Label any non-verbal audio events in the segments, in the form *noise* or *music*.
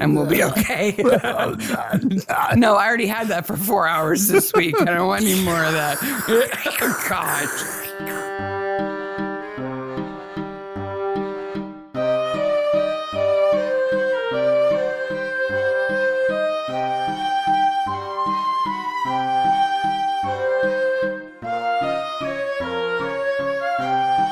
and we'll be *laughs* okay. no, I already had that for four hours this week. I don't want any more of that. *laughs* God.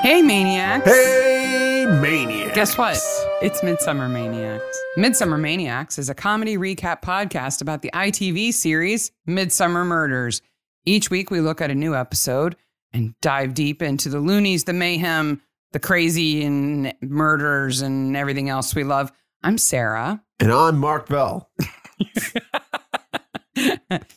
Hey, maniacs. Hey, maniac. Guess what? It's Midsummer Maniacs. Midsummer Maniacs is a comedy recap podcast about the ITV series Midsummer Murders. Each week we look at a new episode and dive deep into the loonies, the mayhem, the crazy and murders and everything else we love. I'm Sarah. And I'm Mark Bell.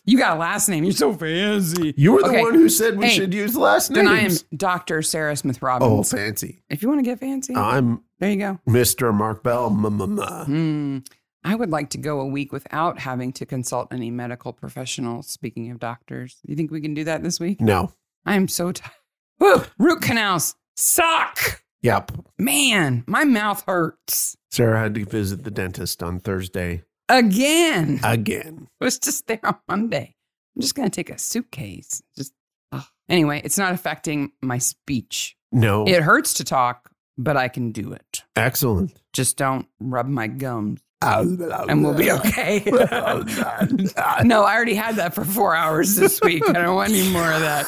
You got a last name. You're so fancy. You were the Okay. one who said we Hey. should use last Then names. I am Dr. Sarah Smith oh, Robbins. fancy. if you want to get fancy, I'm there you go. Mr. Mark Bell. Mm-mm-mm. Hmm. I would like to go a week without having to consult any medical professional. Speaking of doctors, you think we can do that this week? No. I am so tired. Woo! Root canals suck. Yep. Man, my mouth hurts Sarah had to visit the dentist on Thursday again. *laughs* I again. was just there on Monday. I'm just gonna take a suitcase. Just ugh. anyway, it's not affecting my speech. No. It hurts to talk, but I can do it. Excellent. Just don't rub my gums, And and we'll *laughs* be *laughs* okay. No, I already had that for four hours this week. I don't want any more of that.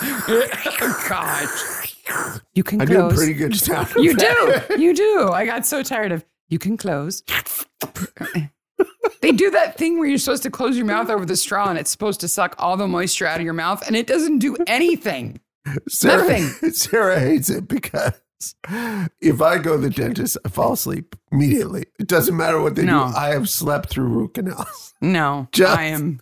*laughs* God. You can I do a close. pretty good sound. you do. effect. *laughs* You do. I got so tired of you can close. they do that thing where you're supposed to close your mouth over the straw and it's supposed to suck all the moisture out of your mouth and it doesn't do anything. Sarah, *laughs* Nothing. Sarah hates it because if I go to the dentist, I fall asleep immediately. It doesn't matter what they No. do. I have slept through root canals. *laughs* No. Just- I am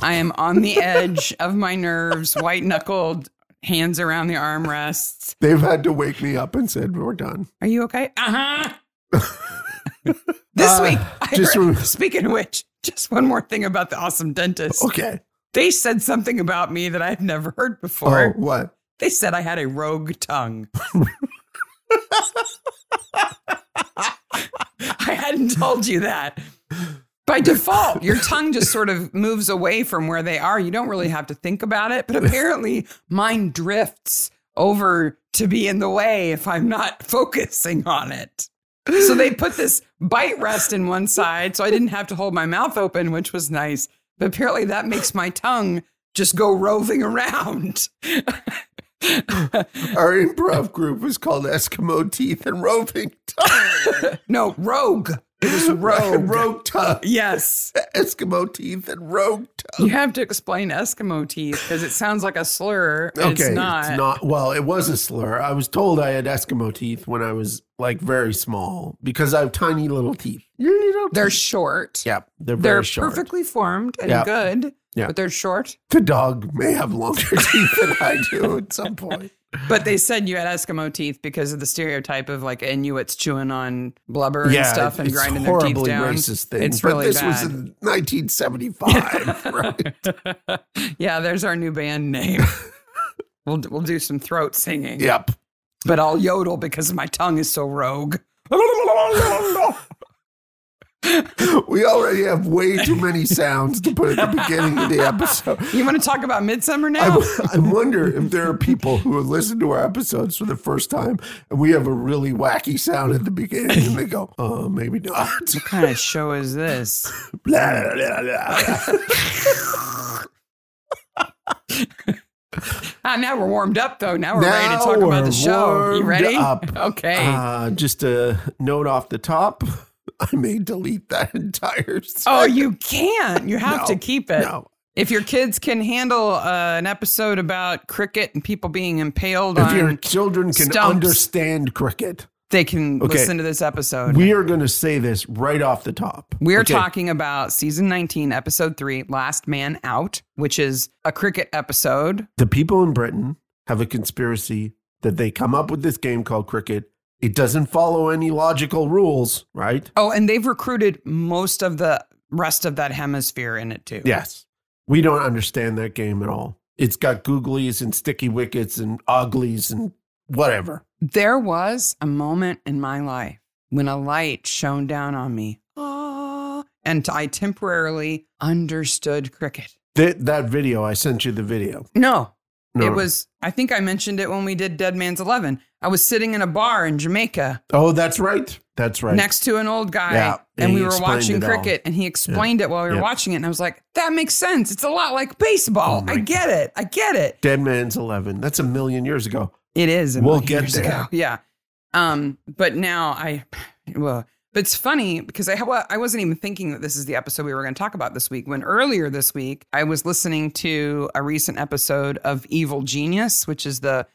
I am *laughs* on the edge of my nerves, white knuckled, hands around the armrests. They've had to wake me up and said, we're done. Are you okay? Uh-huh. *laughs* this Uh, week, I just heard- rem- speaking of which, just one more thing about the awesome dentist. Okay. They said something about me that I've never heard Oh, before. what? They said I had a rogue tongue. *laughs* I hadn't told you that. By default, your tongue just sort of moves away from where they are. You don't really have to think about it, but apparently mine drifts over to be in the way if I'm not *laughs* focusing on it. So they put this bite rest in one side so I didn't have to hold my mouth open, which was nice. But apparently that makes my tongue just go roving around. Our improv group was called Eskimo Teeth and Roving Tongue. No, rogue. It *laughs* *laughs* was rogue. Rogue Tongue. Yes. Eskimo Teeth and Rogue Tongue. You have to explain Eskimo teeth because it sounds like a slur. and it's not. Well, it was a slur. I was told I had Eskimo teeth when I was like very small because I have tiny little teeth. They're short. Yeah, they're very They're short. perfectly formed and Yeah. good, Yeah. but they're short. The dog may have longer *laughs* teeth than I do at *laughs* some point. But they said you had Eskimo teeth because of the stereotype of like Inuits chewing on blubber and stuff and it's grinding their teeth horribly down. racist thing. It's but really this was bad. in *laughs* 1975. right? yeah, there's our new band *laughs* name. we'll we'll do some throat singing, Yep. but I'll yodel because my tongue is so *laughs* rogue. We already have way too many sounds to put at the beginning of the episode. You want to talk about Midsummer I, now? w- I wonder if there are people who have listened to our episodes for the first time and we have a really wacky sound at the beginning and they go, oh, maybe not. *laughs* what kind of show is this? Blah, blah, blah, blah. *laughs* Ah, now we're warmed up though. Now we're ready to Now talk about we're the show. You warmed ready? up. *laughs* Okay. Uh, just a note off the top I may delete that entire oh, sentence. you can't. You have No, to keep it. No. If your kids can handle uh, an episode about cricket and people being impaled If on, your children can stumps. understand cricket, they can Okay. listen to this episode. we are going to say this right off the top. We are Okay. talking about season 19, episode three, Last Man Out, which is a cricket episode. The people in Britain have a conspiracy that they come up with this game called cricket. It doesn't follow any logical rules, right? Oh, and they've recruited most of the rest of that hemisphere in it too. Yes. We don't understand that game at all. It's got googlies and sticky wickets and oglies and whatever. There was a moment in my life when a light shone down on me. ah, and I temporarily understood cricket. Th- that video, I sent you the video. No, No, it no. was, I think I mentioned it when we did Dead Man's 11. I was sitting in a bar in Jamaica Oh, that's right. That's right. next to an old guy, Yeah, and and we he were explained watching it all. cricket, and he explained it while we were Yeah. watching it. And I was like, that makes sense. It's a lot like baseball. Oh my I get it. I get it. Dead Man's Eleven. That's a million years ago. It is. a We'll million get years there. ago. Yeah. Um, but now I, well, but it's funny because I well, I wasn't even thinking that this is the episode we were going to talk about this week. When earlier this week I was listening to a recent episode of Evil Genius, which is the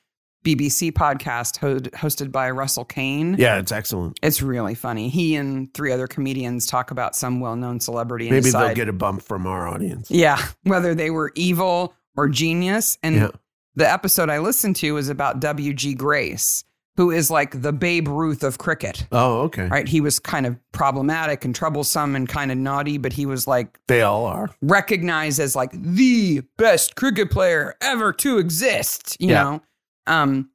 BBC podcast ho- hosted by Russell Kane. Yeah, it's excellent. It's really funny. He and three other comedians talk about some well-known celebrity. and Maybe decide- they'll get a bump from our audience. yeah, *laughs* whether they were evil or genius. And Yeah. the episode I listened to was about W.G. Grace, who is like the Babe Ruth of cricket, Oh, okay. right? He was kind of problematic and troublesome and kind of naughty, but he was like They all are. recognized as like the best cricket player ever to exist, you Yeah. know? Um,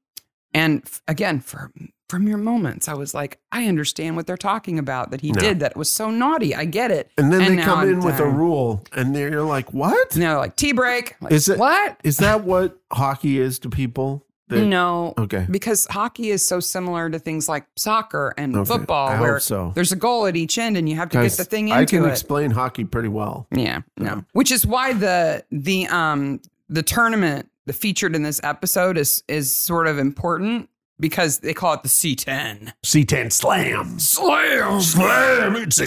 and f- again, for, from your moments, I was like, I understand what they're talking about that he No. did that was so naughty. I get it. And then And they now come I'm in with a done. rule, and they're, you're like, "What And they're like, tea break. Like, Is it- what? is that? What hockey is to people?" They- no, Okay. because hockey is so similar to things like soccer and Okay. football, I hope where so. there's a goal at each end and you have to get 'Cause the thing I can into it. explain hockey pretty well. yeah, no, which is why the the um the tournament the featured in this episode is is sort of important because they call it the C10 C10 slam, slam. slam. It's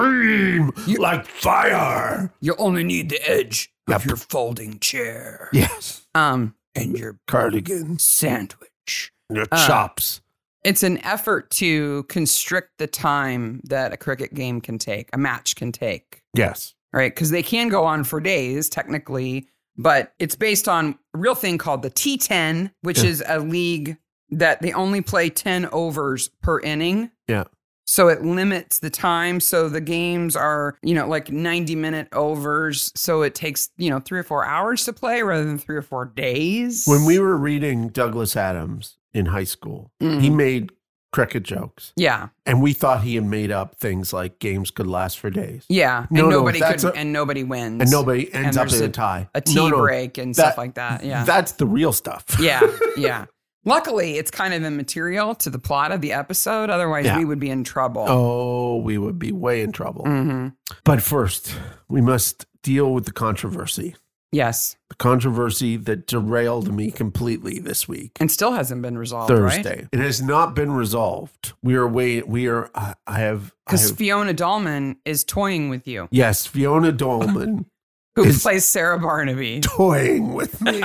extreme, like fire. You only need the edge Yep. your folding chair, Yes, um, and your cardigan, sandwich. your Uh, chops. It's an effort to constrict the time that a cricket game can take, a match can take. Yes, right? Because they can go on for days, technically, but it's based on a real thing called the T10, which Yeah. is a league that they only play 10 overs per inning. Yeah. So it limits the time. So the games are, you know, like 90 minute overs. So it takes, you know, three or four hours to play rather than three or four days. when we were reading Douglas Adams in high school, Mhm. he made cricket jokes. yeah. And we thought he had made up things like games could last for days. Yeah. And No, no, nobody that's could, a- and nobody wins. And nobody ends up there's in a, tie. A tea No, no, break and stuff like that. Yeah. That's the real stuff. Yeah, yeah. Luckily, it's kind of immaterial to the plot of the episode. Otherwise, Yeah. we would be in trouble. *laughs* Oh, we would be way in trouble. hmm But first, we must deal with the controversy. Yes, The controversy that derailed me completely this week. and still hasn't been resolved, right? Thursday. It has not been resolved. We are wait we are I, I have I Because have- Fiona Dahlman is toying with you, Yes, Fiona *laughs* Dolman who Is- plays Sarah Barnaby. toying with me.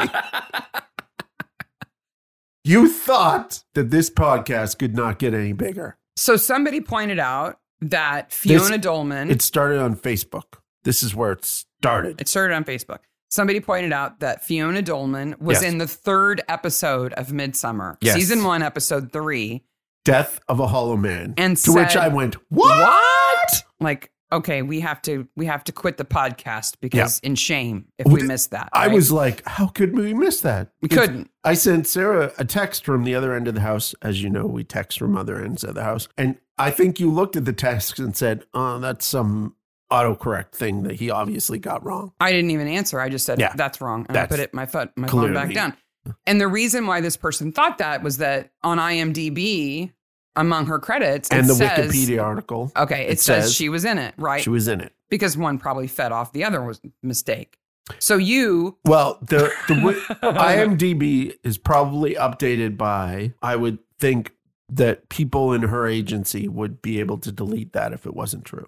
you thought that this podcast could not get any bigger. So somebody pointed out that Fiona Dolman. It started on Facebook. This is where it started. it started on Facebook. Somebody pointed out that Fiona Dolman was Yes. in the third episode of Midsummer, Yes. season one, episode three, Death of a Hollow Man. and to which said- I went, what? What? Like, okay, we have to we have to quit the podcast because in shame if we Well, missed that. I right? was like, how could we miss that? we couldn't. I sent Sarah a text from the other end of the house. As you know, we text from other ends of the house. And I think you looked at the text and said, oh, that's some autocorrect thing that he obviously got wrong. I didn't even answer. I just said Yeah. that's wrong. And That's I put it my foot my phone back clearly- down. And the reason why this person thought that was that on IMDb, among her credits, And it the says- uh, Wikipedia article, Okay, it, it says, says- she was in it, right? she was in it. because one probably fed off the other was mistake. *laughs* So you Well, the, the wi- IMDb is probably updated by, I would think that people in her agency would be able to delete that if it wasn't true.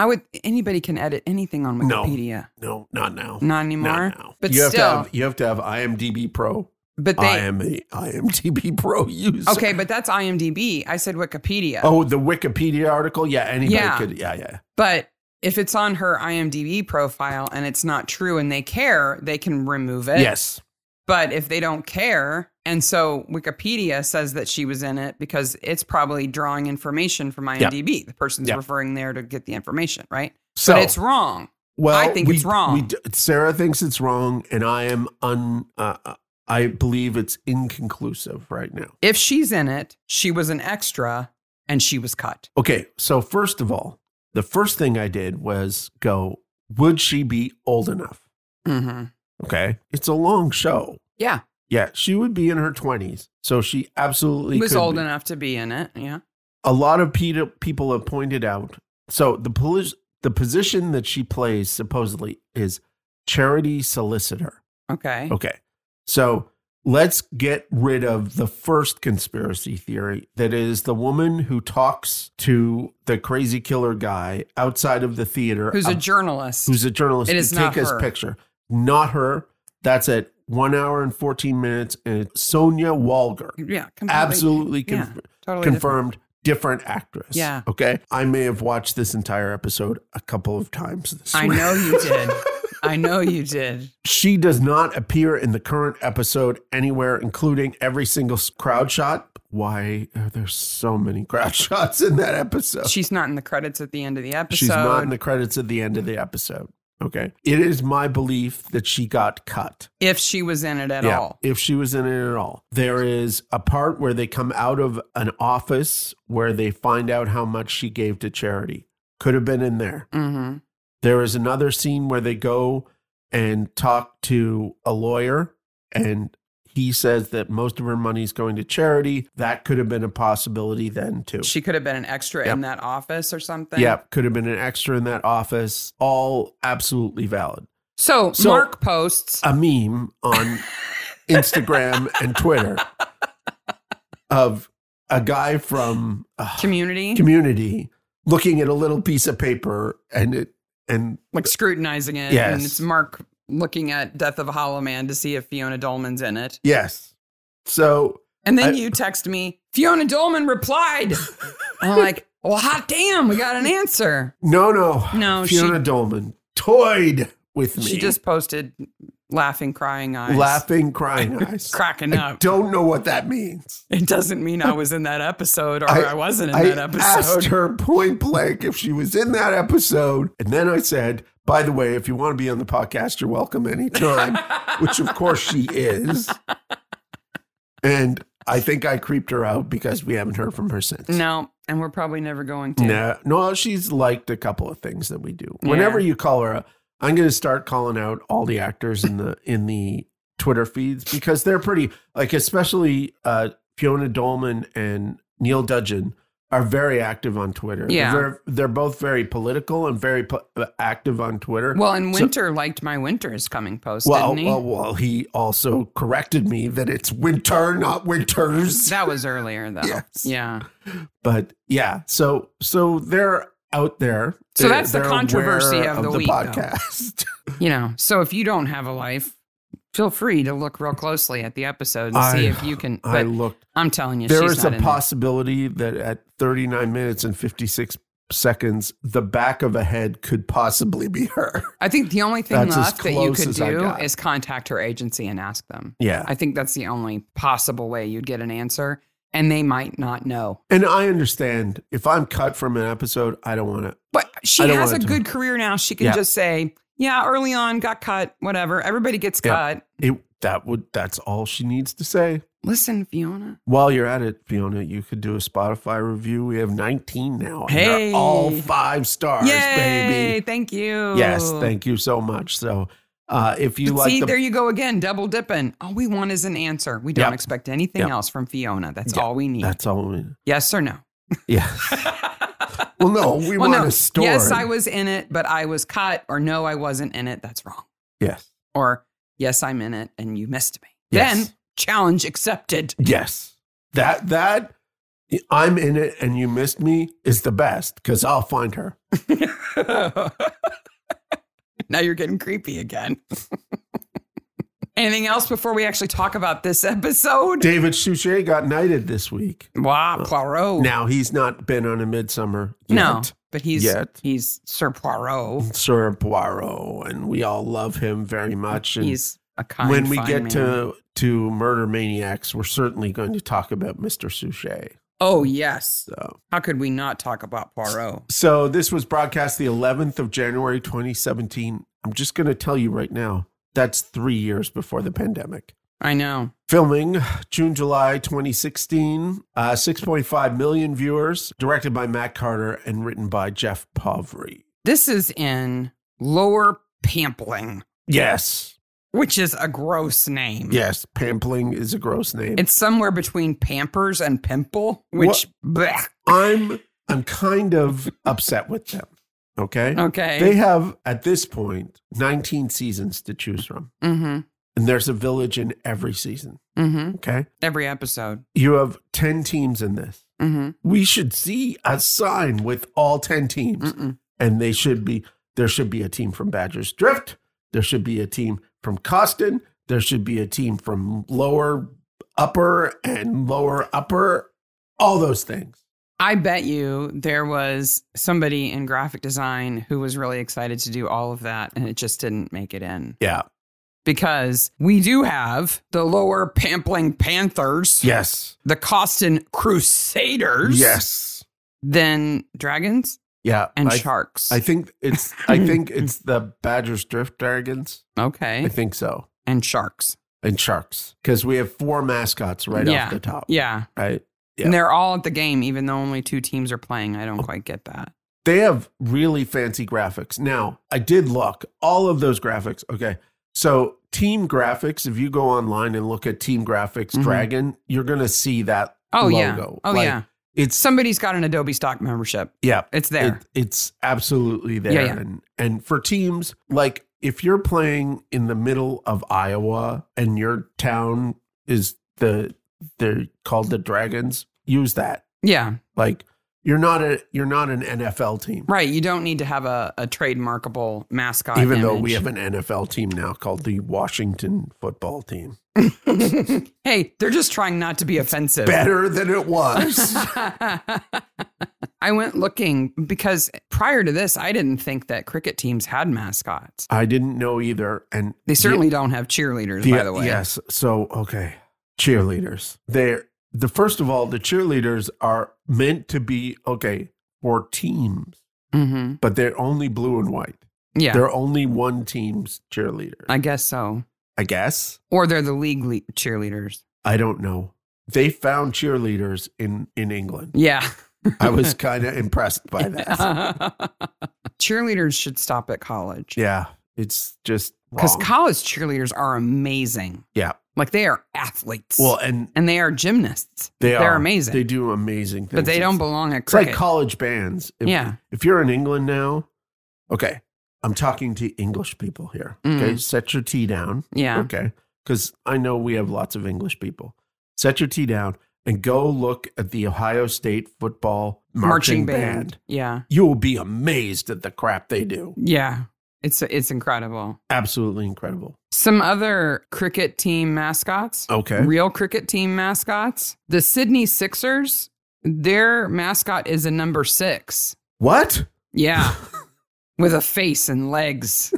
I would anybody can edit anything on No. Wikipedia. No, not now. Not anymore. Not now. But you have still, to have you have to have IMDb Pro. but they I am a IMDb Pro user. Okay, but that's IMDb. I said Wikipedia. Oh, the Wikipedia article. Yeah, anybody Yeah. could. Yeah, yeah. But if it's on her IMDb profile and it's not true and they care, they can remove it. yes. But if they don't care, and so Wikipedia says that she was in it because it's probably drawing information from IMDb. The person's Yeah. referring there to get the information, right? So but it's wrong. well, I think we- it's wrong. we d- Sarah thinks it's wrong, and I am un. Uh, uh, I believe it's inconclusive right now. If she's in it, she was an extra and she was cut. Okay, so first of all, the first thing I did was go, would she be old enough? Mm-hmm. Okay. It's a long show. Yeah. Yeah. She would be in her 20s. So she absolutely was could old be. enough to be in it. Yeah. A lot of pe- people have pointed out. So the, poli- the position that she plays supposedly is charity solicitor. Okay. *laughs* Okay. So let's get rid of the first conspiracy theory that is the woman who talks to the crazy killer guy outside of the theater Who's a ab- journalist? who's a journalist It to is take not his her. picture. Not her. That's at one hour and 14 minutes. And it's Sonia Walger. yeah. Completely, Absolutely yeah, conf- Totally confirmed. Different actress. Yeah. Okay. I may have watched this entire episode a couple of times this different. I week. *laughs* know you did. I know you did. She does not appear in the current episode anywhere, including every single s- crowd shot. Why are there so many crowd *laughs* shots in that episode? *laughs* She's not in the credits at the end of the episode. She's not in the credits at the end of the episode. Okay. It is my belief that she got cut. if she was in it at all. If she was in it at all. There is a part where they come out of an office where they find out how much she gave to charity. Could have been in there. Mm-hmm. There is another scene where they go and talk to a lawyer, and he says that most of her money is going to charity. That could have been a possibility then, too. She could have been an extra Yep. in that office or something. yeah, could have been an extra in that office. All absolutely valid. So, So- Uh, Mark posts. A meme on Instagram and Twitter of a guy from uh, community, community looking at a little piece of paper and it and like scrutinizing it. Yes. And it's Mark looking at Death of a Hollow Man to see if Fiona Dolman's in it. yes. So And then I- you text me, Fiona *laughs* Dolman replied. I'm like, well, hot damn, we got an answer. No, no. No, Oh, she- Fiona Dolman toyed with me. She just posted laughing, crying eyes. *laughs* laughing, crying eyes. Cracking I up. don't know what that means. It doesn't mean I was in that episode or I- I, wasn't in I that asked episode. her point blank if she was in that episode. And then I said, by the way, if you want to be on the podcast, you're welcome anytime, *laughs* which of course she is. And I think I creeped her out because we haven't heard from her since. *laughs* No, and we're probably never going to. No, no, she's liked a couple of things that we do. Yeah. Whenever you call her, up, I'm going to start calling out all the actors in the in the Twitter feeds because they're pretty like, especially uh, Fiona Dolman and Neil Dudgeon are very active on Twitter. Yeah. they're they're both very political and very po- uh, active on Twitter. Well, and So- Winter liked my Winter is coming post, well, didn't he? well, well, he also corrected me that it's winter, not winters. that was earlier though. Yes. Yeah. but yeah, so so they're out there. So They're- that's the they're controversy aware of the week, though. podcast. *laughs* You know, so if you don't have a life, feel free to look real closely at the episode and see I- if you can I but looked. I'm telling you There she's is not a in it. possibility that at 39 minutes and 56 seconds, the back of a head could possibly be her. I think the only thing That's as left that you close could as I do got. is contact her agency and ask them. Yeah. I think that's the only possible way you'd get an answer, and they might not know. And I understand if I'm cut from an episode, I don't want to. But she I don't has a want it to- good career now. She can Yeah. just say, "Yeah, early on got cut, whatever. Everybody gets Yeah. cut." It, that would that's all she needs to say. Listen, Fiona. While you're at it, Fiona, you could do a Spotify review. We have 19 now. and they're Hey. all five stars, Yay! baby. Thank you. Yes, thank you so much. So, uh, if you But like See, the there you go again, double dipping. All we want is an answer. We don't Yep. expect anything Yep. else from Fiona. That's Yeah. all we *laughs* need. that's all. We, *laughs* yes or no? yeah. Well, *laughs* no, we Well, want no. a story. Yes, I was in it, but I was cut, or no, I wasn't in it. That's wrong. Yes. Or yes, I'm in it, and you missed me. Yes. Then challenge accepted. Yes. That that I'm in it and you missed me is the best because I'll find her. now *laughs* you're getting creepy again. *laughs* Anything else before we actually talk about this episode? David Suchet got knighted this week. wow, Poirot. Now he's not been on a midsummer. no, Yet. but he's Yet. he's Sir Poirot. Sir Poirot, and we all love him very much. And He's a kind. when we fine get man. to to Murder Maniacs, we're certainly going to talk about Mr. Suchet. oh yes, So how could we not talk about Poirot? So this was broadcast the 11th of January 2017. I'm just going to tell you right now, that's 3 years before the pandemic. I know. Filming June, July 2016, uh, 6.5 million viewers, directed by Matt Carter and written by Jeff Pavry. This is in Lower Pampling, Yes. which is a gross name. Yes. Pampling is a gross name. It's somewhere between Pampers and Pimple, which, blech. I'm I'm kind of upset with them. Okay. okay. They have at this point 19 seasons to choose from. mm-hmm. And there's a village in every season. Mm-hmm. Okay. Every episode. You have 10 teams in this. Mm-hmm. We should see a sign with all 10 teams. Mm-mm. and they should be there should be a team from Badgers Drift, there should be a team from Costin, there should be a team from lower upper and lower upper, all those things. I bet you there was somebody in graphic design who was really excited to do all of that and it just didn't make it in. Yeah. Because we do have the lower Pampling Panthers, Yes. the Costin Crusaders, Yes. then dragons Yeah. and I, sharks. I think it's *laughs* I think it's the Badgers Drift Dragons. I okay. think so. And sharks. And sharks. Because we have four mascots right Yeah. off the top. Yeah. Right. Yeah. Oh. And they're all at the game, even though only two teams are playing. I don't quite get that. they have really fancy graphics. Now, I did look all of those graphics. Okay. So, team graphics, if you go online and look at team graphics Mhm. Dragon, you're going to see that Oh, yeah. logo. Oh, Like, yeah. It's, Somebody's got an Adobe Stock membership. yeah, It's there. it- it's absolutely there. Yeah, yeah. And, and for teams, like if you're playing in the middle of Iowa and your town is the, they're called the Dragons, use that. yeah. Like, you're not a you're not an NFL team. Right. You don't need to have a, a trademarkable mascot. Even though we have image. an NFL team now called the Washington football team. *laughs* hey, they're just trying not to be *laughs* offensive. Better than it was. *laughs* I went looking because prior to this, I didn't think that cricket teams had mascots. I didn't know either. And They certainly don't have cheerleaders, by the way. Yes. So okay. Cheerleaders. They're the first of all, the cheerleaders are meant to be okay for teams, hmm but they're only blue and white. Yeah. They're only one team's cheerleader. I, I guess so. guess. Or they're the league le- cheerleaders. I don't know. They found cheerleaders in, in *laughs* England. Yeah. I was kind of impressed by *laughs* that. cheerleaders should stop at college. Yeah, it's just Because wrong. college cheerleaders are amazing. Yeah. Like they are athletes. well, and and they are gymnasts. they They're are amazing. They do amazing things, but they don't It's- belong at It's like cricket. college bands. If, Yeah. If you're in England now, okay, I'm talking to English people here. Okay, set your tea down. Mm. yeah. Okay, because I know we have lots of English people. Set your tea down and go look at the Ohio State football marching, band. Yeah. You will be amazed at the crap they do. Yeah. It's it's incredible. Absolutely incredible. Some other cricket team mascots. Okay. Real cricket team mascots. The Sydney Sixers, their mascot is a number 6. What? *laughs* Yeah. With a face and legs.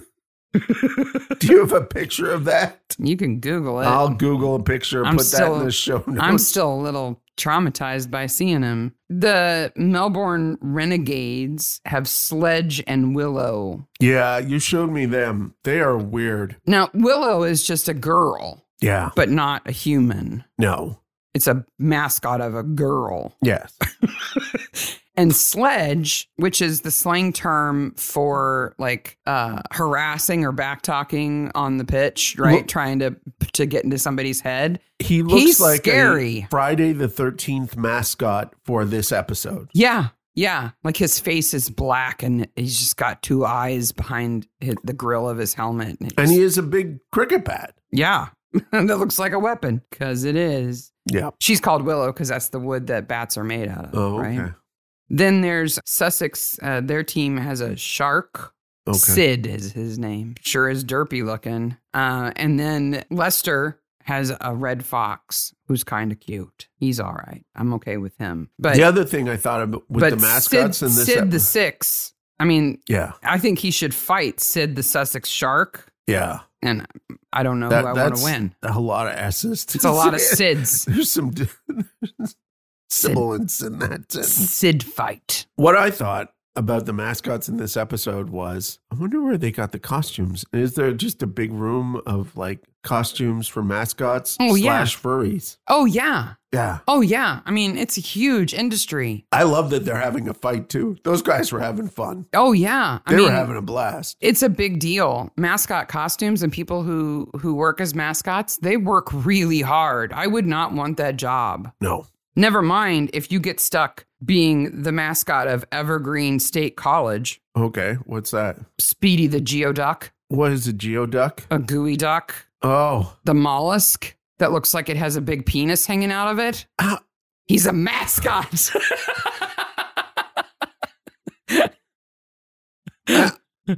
Do you have a picture of that? You can google it. I'll Google a picture, I'm put that still- in the show notes. I'm still a little traumatized by seeing him. The Melbourne Renegades have Sledge and Willow. yeah, you showed me them. They are weird. Now, Willow is just a girl, Yeah. but not a human. No. It's a mascot of a girl. Yes. And sledge, which is the slang term for like uh, harassing or back talking on the pitch, right? Look- Trying to to get into somebody's head. *laughs* He looks He's like a scary. Friday the 13th mascot for this episode. Yeah, yeah. Like his face is black, and he's just got two eyes behind his, the grill of his helmet. And, it And just- he is a big cricket bat. yeah, *laughs* that looks like a weapon because it is. Yeah. She's called Willow because that's the wood that bats are made out of. Oh, okay. Right? Then there's Sussex. Uh, their team has a shark. Okay. Sid is his name. Sure is derpy looking. Uh, and then Lester has a red fox who's kind of cute. He's all right. I'm okay with him. But the other thing I thought of with the mascots Sid, in this e-, Sid episode. the Six. I mean, yeah. I think he should fight Sid the Sussex Shark, Yeah. and I don't know That- who Oh, I want that's to win. A lot of S's. to It's a *laughs* lot of say. *laughs* Sids. There's some d- sibilance in that. sentence. Sid fight. What I thought about the mascots in this episode was I wonder where they got the costumes. Is there just a big room of like costumes for mascots Oh, yeah. slash furries? Oh, yeah. Yeah. Oh, yeah. I mean, it's a huge industry. I love that they're having a fight too. Those guys were having fun. Oh, yeah. I They were mean, having a blast. it's a big deal. Mascot costumes and people who who work as mascots, they work really hard. I would not want that job. No. Never mind if you get stuck being the mascot of Evergreen State College, Okay. What's that? Speedy the Geoduck, What is a geoduck? a gooey duck, Oh, the mollusk that looks like it has a big penis hanging out of it. Ah. He's a mascot.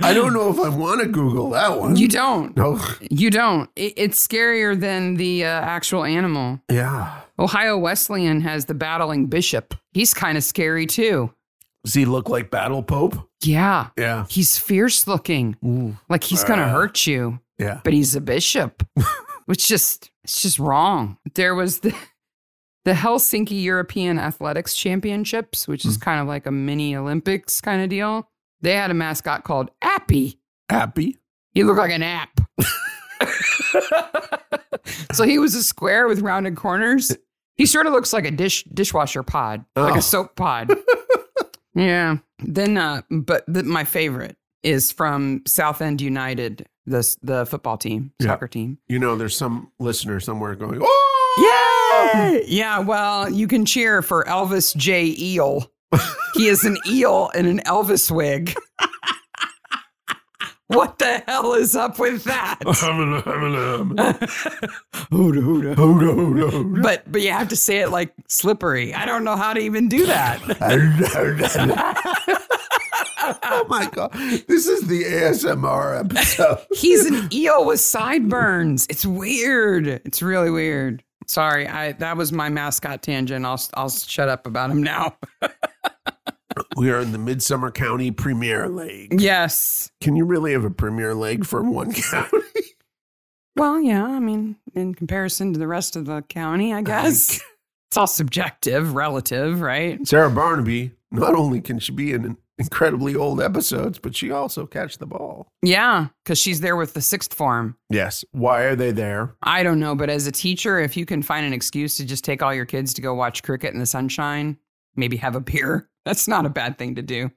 I don't know if I want to Google that one. you don't. no. You don't. It, it's scarier than the uh, actual animal. Yeah. Ohio Wesleyan has the battling bishop. He's kind of scary too. Does he look like Battle Pope? Yeah. Yeah. He's fierce looking, Ooh. like he's going to Uh. hurt you, Yeah. but he's a bishop, which just it's just wrong. There was the the Helsinki European Athletics Championships, which is kind of like a mini Olympics kind of deal. They had a mascot called Appy. Happy. He looked like an app. so he was a square with rounded corners. He sort of looks like a dish dishwasher pod, like Oh. a soap pod. yeah. Then, uh, but the, my favorite is from Southend United, the s- the football team, Yeah. soccer team. You know, there's some listener somewhere going, oh, Yay! Yeah. Well, you can cheer for Elvis J. Eel. he is an eel in an Elvis wig. *laughs* what the hell is up with that? *laughs* *laughs* But but you have to say it like slippery. I don't know how to even do that. *laughs* oh my god! This is the ASMR episode. He's an eel with sideburns. It's weird. It's really weird. Sorry, I that was my mascot tangent. I'll I'll shut up about him now. *laughs* *laughs* We are in the Midsummer County Premier League. Yes. Can you really have a Premier League for one county? Well, yeah, I mean, in comparison to the rest of the county, I guess. *laughs* It's all subjective, relative, *laughs* right? Sarah Barnaby. Not only can she be in incredibly old episodes, but she also catch the ball. Yeah, because she's there with the sixth form. Yes. Why are they there? I don't know, but as a teacher, if you can find an excuse to just take all your kids to go watch cricket in the sunshine, maybe have a *laughs* beer, that's not a bad thing to do.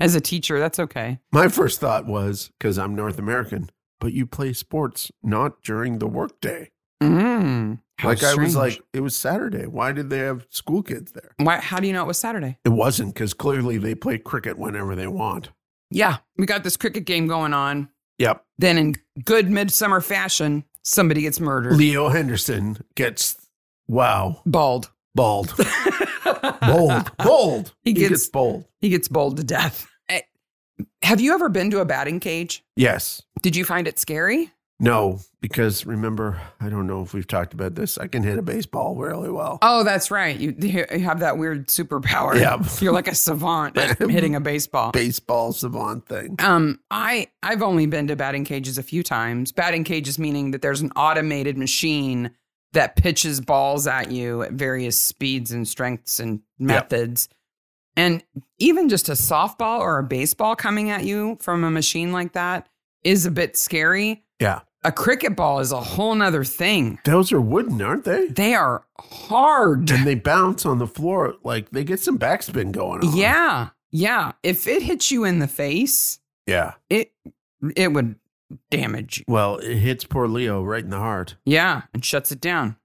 As a teacher, that's okay. My first thought was because I'm North American, but you play sports not during the workday. Mm, how Like I was strange. like, it was Saturday. Why did they have school kids there? Why, how do you know it was Saturday? It wasn't because clearly they play cricket whenever they want. Yeah, we got this cricket game going on. Yep. Then, in good midsummer fashion, somebody gets murdered. Leo Henderson gets wow *laughs* Bald. *laughs* bald, bold, bold. He gets- bold. He gets bowled to death. Eh, Have you ever been to a batting cage? Yes. Did you find it scary? No, because remember, I don't know if we've talked about this. I can hit a baseball really well. Oh, that's right. You, you have that weird superpower. Yeah. *laughs* You're like a savant at hitting a baseball. Baseball savant thing. Um, I I've only been to batting cages a few times. Batting cages meaning that there's an automated machine that pitches balls at you at various speeds and strengths and methods. And even just a softball or a baseball coming at you from a machine like that is a bit scary. Yeah. A cricket ball is a whole nother thing. Those are wooden, aren't they? They are hard. And they bounce on the floor like they get some backspin going on. Yeah. Yeah. If it hits you in the face, Yeah. it it would damage you. Well, it hits poor Leo right in the heart. Yeah, and shuts it down.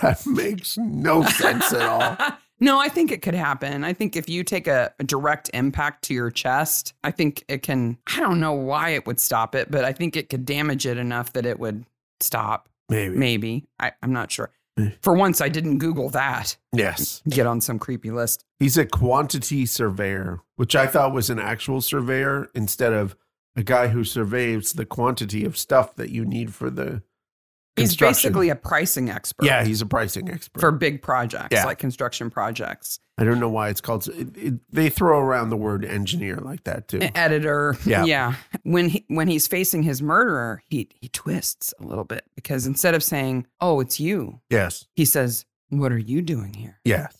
That makes no sense at *laughs* all. no, I think it could happen. I think if you take a, a direct impact to your chest, I think it can. I don't know why it would stop it, but I think it could damage it enough that it would stop. Maybe. Maybe. I, I'm not sure. Hmm. For once, I didn't Google that. Yes. Get on some creepy list. He's a quantity surveyor, which I thought was an actual surveyor instead of a guy who surveys the quantity of stuff that you need for the He's construction. basically a pricing expert. yeah, he's a pricing expert. For big projects, Yeah. like construction projects, I don't know why it's called. It, it, they throw around the word engineer like that too. An editor. Yeah. When he when he's facing his murderer, he he twists a little bit because instead of saying, "Oh, it's you," Yes. he says, What are you doing here? Yes.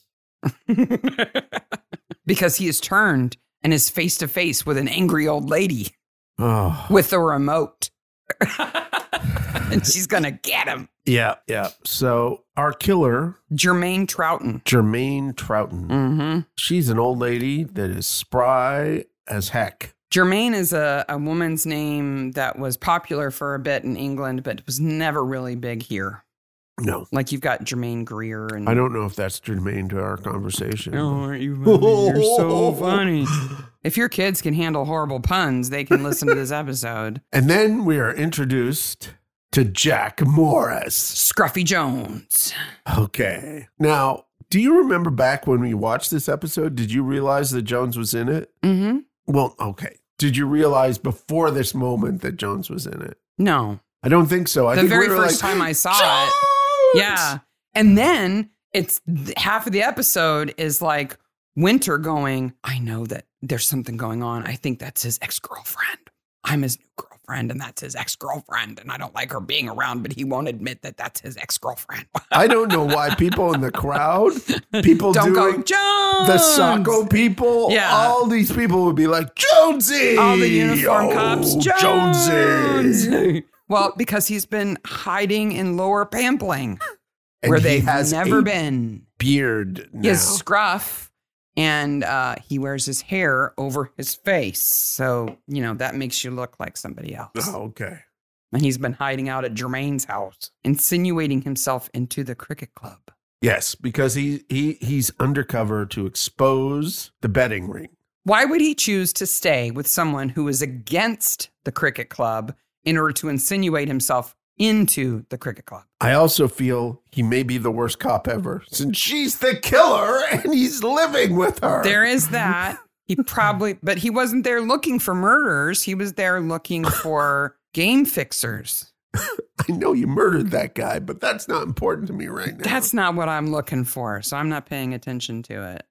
because he is turned and is face to face with an angry old lady Oh, with a remote. and she's going to get him. yeah, yeah. So our killer, Jermaine Trouton. Jermaine Trouton, Mm-hmm. she's an old lady that is spry as heck. Germaine is a, a woman's name that was popular for a bit in England, but was never really big here. No, Like you've got Germaine Greer and I don't know if that's germane to our conversation. Mm. Oh, aren't you? funny? *laughs* You're so funny. If your kids can handle horrible puns, they can listen to this episode. *laughs* And then we are introduced to Jack Morris. Scruffy Jones. Okay. Now, do you remember back when we watched this episode? Did you realize that Jones was in it? Mm-hmm. Well, okay. Did you realize before this moment that Jones was in it? No, I don't think so. I the think very we were first like, *gasps* time I saw it. "Jones!" Yeah. And then it's th- half of the episode is like Winter going, I know that there's something going on. I think that's his ex girlfriend. I'm his new girlfriend, and that's his ex girlfriend. And I don't like her being around, but he won't admit that that's his ex girlfriend. I don't know why people in the *laughs* crowd, people don't go, doing Jones. the Socko people, Yeah. all these people would be like, Jonesy! All the uniform cops. Oh, Jones. Jonesy! *laughs* well, because he's been hiding in lower Pampling, And where he they've has never a been. beard now. He has scruff and uh, he wears his hair over his face. So, you know, that makes you look like somebody else. Oh, okay. And he's been hiding out at Jermaine's house, insinuating himself into the cricket club. Yes, because he he he's undercover to expose the betting ring. Why would he choose to stay with someone who is against the cricket club in order to insinuate himself into the cricket club? I also feel he may be the worst cop ever, since she's the killer and he's living with her. *laughs* There is that. He probably, but he wasn't there looking for murderers. He was *laughs* there looking for game fixers. I know you murdered that guy, but that's not important to me right now. That's not what I'm looking for. So I'm not paying attention to it.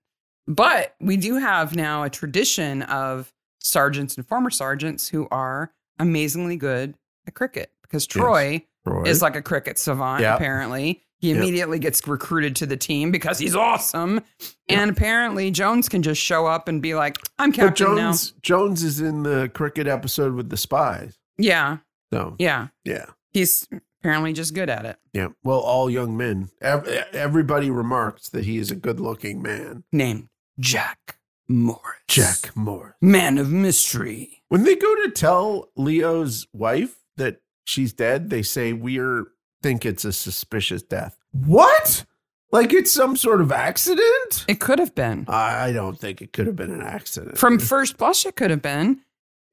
But we do have now a tradition of sergeants and former sergeants who are amazingly good at cricket because Troy Troy. is like a cricket savant, Yeah. apparently. He Yeah. immediately gets recruited to the team because he's awesome. And apparently, Jones can just show up and be like, I'm but captain now. Jones Jones is in the cricket episode with the spies. Yeah. So Yeah. yeah, He's apparently just good at it. yeah. Well, all young men. Ev- e-, everybody remarks that he is a good-looking man. Named Jack Morris. Jack Moore. Man of mystery. When they go to tell Leo's wife that she's dead, they say we're think it's a suspicious death. What? Like it's some sort of accident? It could have been. I I don't think it could have been an accident. From first blush, it could have been.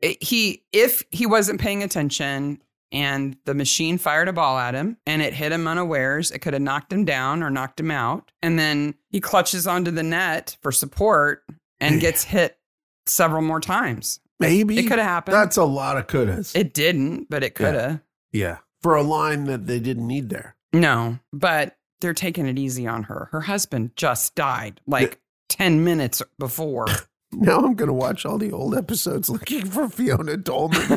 It- he, if he wasn't paying attention and the machine fired a ball at him and it hit him unawares, it could have knocked him down or knocked him out. And then he clutches onto the net for support and Yeah. gets hit several more times. maybe It could have happened. That's a lot of couldas. it didn't, but it could have. yeah, for a line that they didn't need there. No, but they're taking it easy on her. Her husband just died *laughs* like 10 minutes before. *laughs* Now I'm gonna watch all the old episodes looking for Fiona Dolman. *laughs*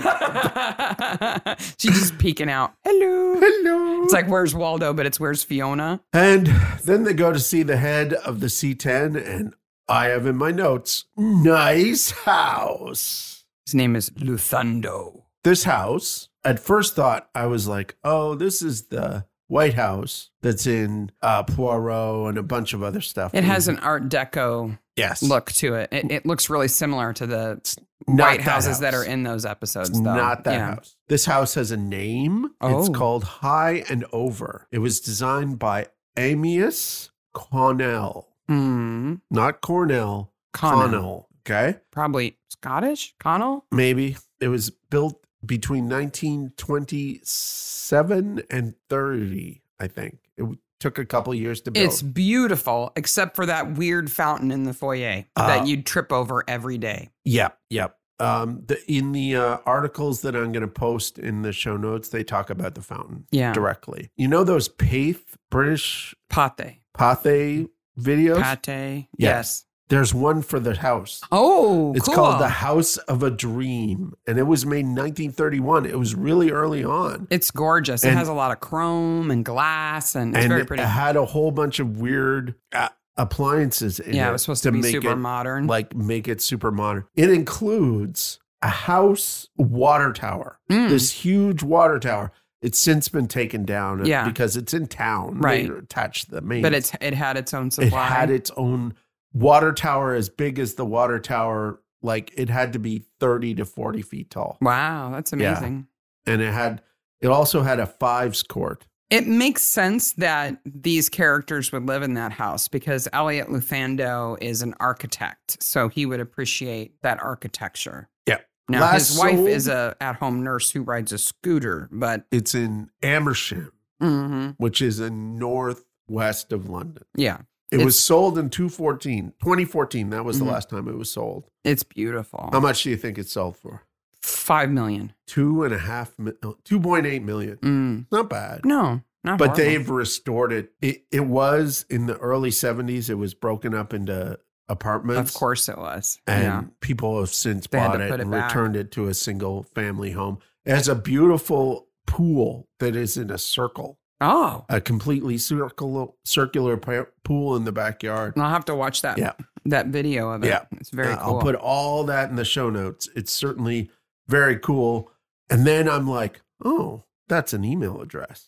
She's just peeking out. Hello. Hello. It's like, where's Waldo? But it's where's Fiona? And then they go to see the head of the C10, and I have in my notes, nice house. His name is Luthando. This house, at first thought, I was like, oh, this is the White House that's in uh, Poirot and a bunch of other stuff. It has an Art Deco yes. look to it. It, it looks really similar to the Not white that houses that house. are in those episodes, It's though. not that Yeah. house. This house has a name. It's Oh. called High and Over. It was designed by Amius Cornell, Hmm. not Cornell, Connell. Connell. Okay. Probably Scottish? Connell? Maybe it was built between 1927 and 30. I think it w- took a couple years to build. It's beautiful, except for that weird fountain in the foyer Uh, that you'd trip over every day. yep, yep. Um, the, in the uh, articles that I'm going to post in the show notes, they talk about the fountain Yeah. directly. You know those Paith British Pate. Pathé videos? Pate. Yes. There's one for the house. Oh, It's cool. called The House of a Dream, and it was made in 1931. It was really early on. It's gorgeous. it And- has a lot of chrome and glass, and it's and very pretty. it had a whole bunch of weird uh, appliances in yeah, it it was supposed to, be make super it, modern. like make it super modern. It includes a house water tower, Mm. this huge water tower. It's since been taken down uh, Yeah. because it's in town. Right. They attached to the main. but it's it had its own supply. it had its own water tower as big as the water tower. Like it had to be 30 to 40 feet tall. Wow, that's Yeah. amazing. And it had, it also had a fives court. It makes sense that these characters would live in that house because Elliot Lufando is an architect, so he would appreciate that architecture. Yeah. Now Last his wife sold- is a at-home nurse who rides a scooter, but It's in Amersham, mhm, which is in northwest of London. yeah, It was It's- sold in 214, 2014. That was the Mhm. last time it was sold. it's beautiful. How much do you think it sold for? Five million. Two and a half, oh, mi- no, 2.8 million. Mm. Not bad. No, not But horrible. they've restored it. it. It was in the early 70s, it was broken up into apartments. of course it was. And yeah. people have since They had bought to it put it and back. returned it to a single family home. It has a beautiful pool that is in a circle, Oh, a completely circle, circular pa- pool in the backyard. I'll have to watch that. Yeah. That video of it. Yeah. It's very Uh, cool. I'll put all that in the show notes. It's certainly very cool. And then I'm like, oh, that's an email address.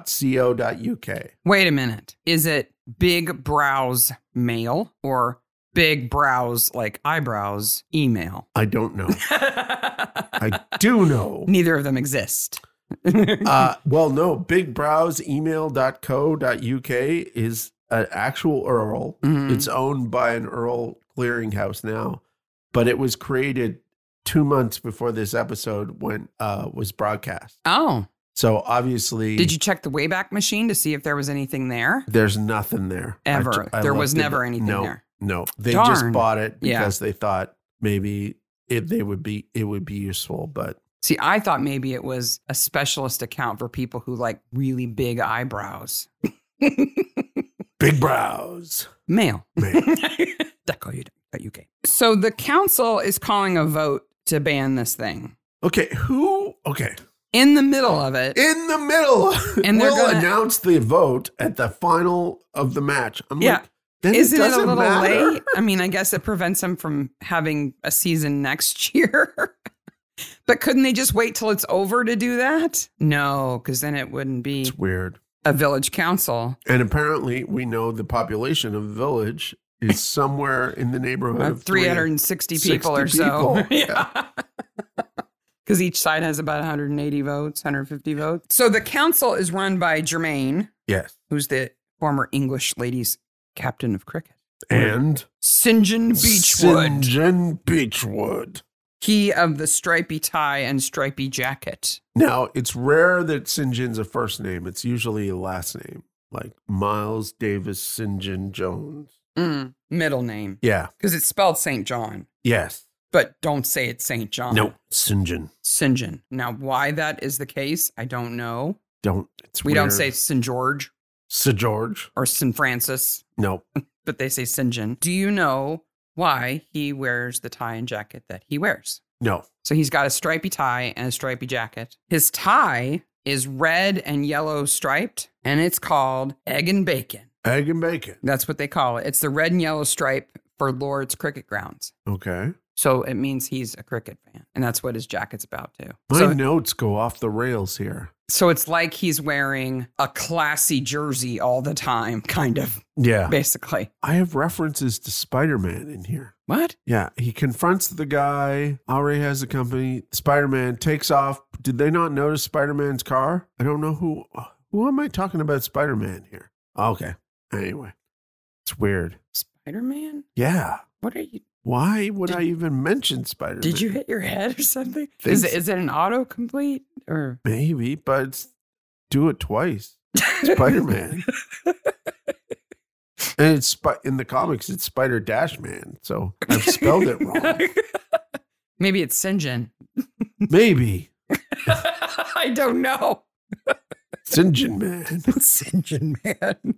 Bigbrowsemail.co.uk. Wait a minute. Is it big brows mail or big brows like eyebrows email? *laughs* I don't know. I do know. Neither of them exist. *laughs* Uh, well, no, bigbrowsemail.co.uk is an actual URL. Mhm. It's owned by an URL clearinghouse now, but it was created two months before this episode went uh, was broadcast. oh, So obviously, did you check the Wayback Machine to see if there was anything there? There's nothing there I Ever. ju- I there looked was at never it. anything no, there. No, they Darn. just bought it Yeah. because they thought maybe it they would be it would be useful, but See, I thought maybe it was a specialist account for people who like really big eyebrows. *laughs* big brows. Mail. *laughs* Man. UK. So the council is calling a vote to ban this thing. okay, who? Okay, In the middle of it, in the middle, *laughs* And they're we'll gonna- announce the vote at the final of the match. I'm Yeah. like, then Isn't it it, a doesn't little matter. late? I mean, I guess it prevents them from having a season next *laughs* year. but couldn't they just wait till it's over to do that? No, because then it wouldn't be It's weird. a village council. And apparently, we know the population of the village is *laughs* somewhere in the neighborhood Uh, of 360 people or 60 so. people, *laughs* yeah. *laughs* Because each side has about 180 votes, 150 votes. So the council is run by Germaine, Yes, who's the former English ladies captain of cricket. and St. John St. Beechwood. John Beechwood. He of the stripy tie and stripy jacket. Now, it's rare that St. John's a first name. It's usually a last name, like Miles Davis St. John Jones. Mm, middle name. Yeah. Because it's spelled St. John, Yes. but don't say it's St. John. No, St. John. St. John. Now, why that is the case, I don't know. Don't. It's We don't weird. say St. George St. George. or St. Francis, No. but they say St. John. Do you know why he wears the tie and jacket that he wears? No. So he's got a stripy tie and a stripy jacket. His tie is red and yellow striped, and it's called Egg and Bacon. Egg and bacon. That's what they call it. It's the red and yellow stripe for Lord's Cricket Grounds. Okay. So it means he's a cricket fan, and that's what his jacket's about too. My So, notes go off the rails here. so it's like he's wearing a classy jersey all the time, kind of Yeah. basically. I have references to Spider Man in here. What? Yeah. He confronts the guy. Already has the company. Spider Man takes off. Did they not notice Spider Man's car? I don't know who. Who am I talking about Spider Man here? Okay. Anyway, it's weird. Spider Man? Yeah. What are you? Why would Did- I even mention Spider Man? Did you hit your head or something? Is it, Thanks. is it an autocomplete or Maybe, but it's- do it twice. Spider *laughs* Man. and it's Spi- in the comics, it's Spider Dash Man. So I've spelled it wrong. *laughs* Maybe it's Sinjin. *laughs* Maybe. I don't know. Sinjin Man. Sinjin man.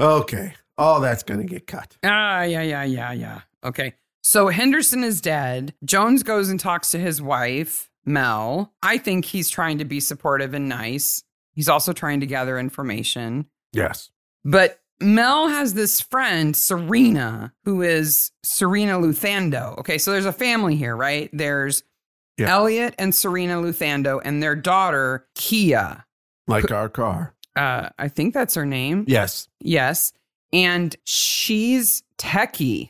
Okay. All that's going to get cut. Ah, yeah, yeah, yeah, yeah. Okay. So Henderson is dead. Jones goes and talks to his wife, Mel. I think he's trying to be supportive and nice. He's also trying to gather information. Yes. But Mel has this friend, Serena, who is Serena Luthando. Okay, so there's a family here, right? There's Yeah. Elliot and Serena Luthando and their daughter, Kia. Like our car. Uh, I think that's her name. Yes. Yes. And she's techie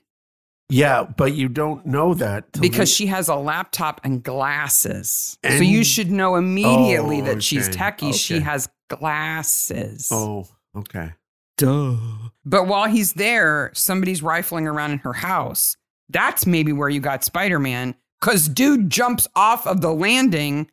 Yeah, but you don't know that till because the- she has a laptop and glasses. so And- you should know immediately Oh, that she's okay, techie. She okay. has glasses. Oh, okay. Duh. But while he's there, somebody's rifling around in her house. That's maybe where you got Spider Man because dude jumps off of the landing,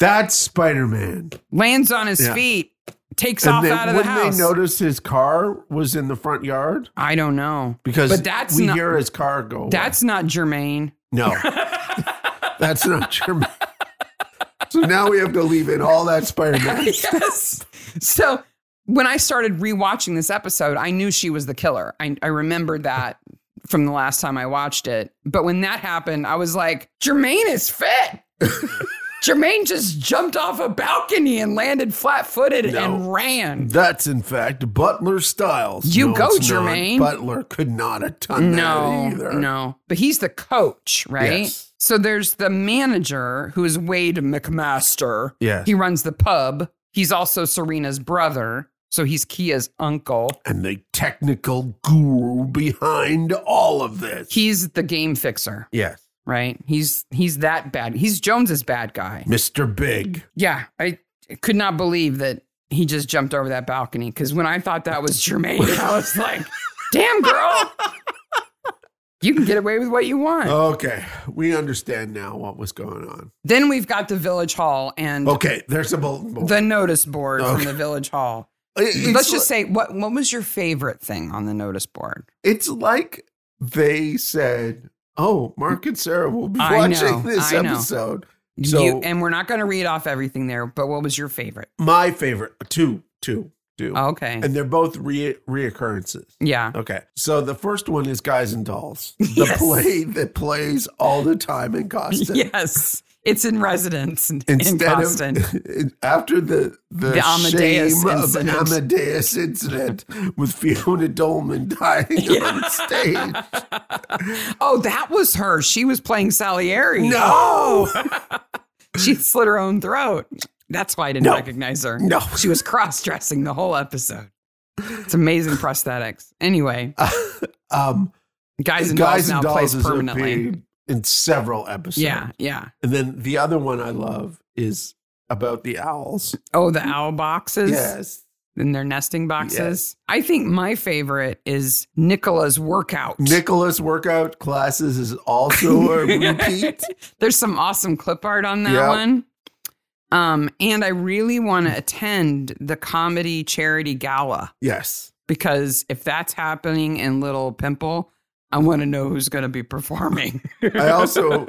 That's Spider Man. lands on his Yeah. feet, takes off And out then of the when house. they notice his car was in the front yard, I don't know. because But that's we not- hear his car go. away. That's not germane. *laughs* no, that's not German. so now we have to leave in all that Spider *laughs* Man. yes. So when I started rewatching this episode, I knew she was the killer. I, I remembered that from the last time I watched it. But when that happened, I was like, Jermaine *laughs* is fit. Jermaine just jumped off a balcony and landed flat footed No. and ran. That's in fact Butler Styles. You go, it's not. Jermaine. Butler could not have done No, that either. no. But he's the coach, right? Yes. So there's the manager who is Wade McMaster. Yes. He runs the pub. He's also Serena's brother. So he's Kia's uncle. and the technical guru behind all of this. He's the game fixer, yes. right? He's he's that bad. He's Jones's bad guy. Mr. Big. *laughs* Yeah, I could not believe that he just jumped over that balcony because when I thought that was Jermaine, I was *laughs* like, "Damn girl, you can get away with what you want." Oh. Okay. We understand now what was going on. Then we've got the village hall and Okay. There's a bulletin board. the notice board from Oh. Okay. the village hall. It- it's Let's li- just say what what was your favorite thing on the notice board? it's like they said, oh, Mark and Sarah will be I know, watching this I know. episode. So- you, and we're not going to read off everything there, but what was your favorite? My favorite. Two, two, two. Okay, And they're both re- reoccurrences. yeah, Okay. So the first one is Guys and Dolls, the *laughs* Yes. play that plays all the time in Coston. yes, it's in residence in, in Instead Boston. *laughs* of after the the, The Amadeus shame incident. of Amadeus incident with Fiona Dolman *laughs* dying on stage. *laughs* oh, that was her. She was playing Salieri. No, she slit her own throat. That's why I didn't No. recognize her. no. She was cross dressing the whole episode. It's amazing prosthetics. Anyway, um, guys and Guys dolls now and Dolls plays is permanently. appeared in several episodes. Yeah, yeah. and then the other one I love is about the owls. Oh, the owl boxes Yes, in their nesting boxes. I think my favorite is Nicola's workout. Nicholas workout classes is also *laughs* a repeat. There's some awesome clip art on that Yeah. one. Um, and I really want to attend the comedy charity gala Yes, because if that's happening in Little Pimple, I want to know who's going to *laughs* be performing. I *laughs* also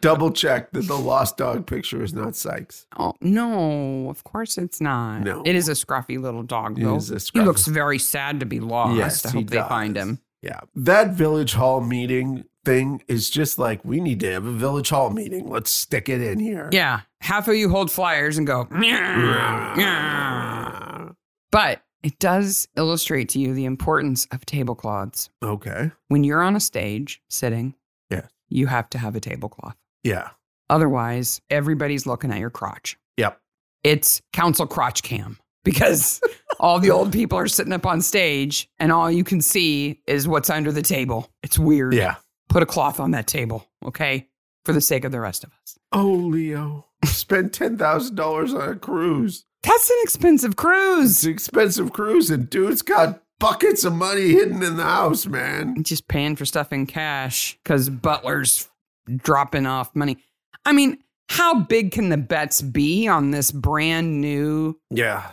double checked that the lost dog picture is not Sykes. oh, no, of course it's not. No. It is a scruffy little dog, It though. is a He scruffy- looks very sad to be lost. I he hope they does. find him. Yeah. That village hall meeting thing is just like, we need to have a village hall meeting. Let's stick it in here. Yeah. Half of you hold flyers and go, "Meow, meow." but it does illustrate to you the importance of tablecloths. Okay. when you're on a stage sitting, Yeah. you have to have a tablecloth. Yeah. Otherwise, everybody's looking at your crotch. Yep. It's council crotch cam *laughs* because all the old people are sitting up on stage and all you can see is what's under the table. It's weird. Yeah. Put a cloth on that table, okay? For the sake of the rest of us. Oh, Leo. Spent $10,000 on a cruise. That's an expensive It's cruise. an expensive cruise, and dude's got buckets of money hidden in the house, man. Just paying for stuff in cash because Butler's dropping off money. I mean, how big can the bets be on this brand new Yeah.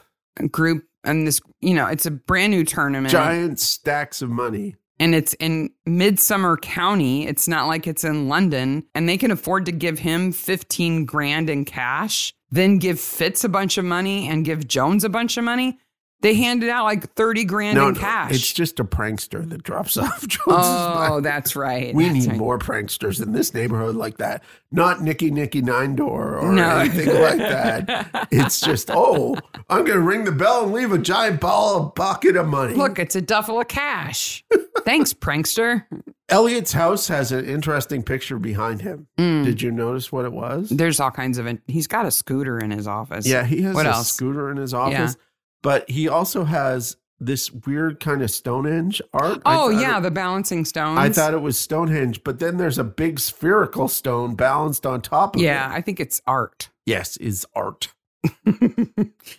group and this you know it's a brand new tournament Giant stacks of money. and it's in midsummer county it's not like it's in london and they can afford to give him 15 grand in cash then give fitz a bunch of money and give jones a bunch of money They handed out like 30 grand no, in no, cash. it's just *laughs* a prankster that drops *laughs* off Jones's money. oh, that's right. We That's need right. more pranksters in this neighborhood like that. Not Nicky Nicky Nine Door or No. anything like that. *laughs* It's just, oh, I'm going to ring the bell and leave a giant ball of bucket of money. Look, it's a duffel *laughs* of cash. Thanks, prankster. Elliot's house has an interesting picture behind him. Mm. Did you notice what it was? There's all kinds of. He's got a scooter in his office. Yeah, he has What a else? scooter in his office, but he also has this weird kind of Stonehenge art. I Oh thought yeah, it- the balancing stones. I thought it was Stonehenge, but then there's a big spherical stone balanced on top of Yeah, it. I think it's art. *laughs* Yes, is art.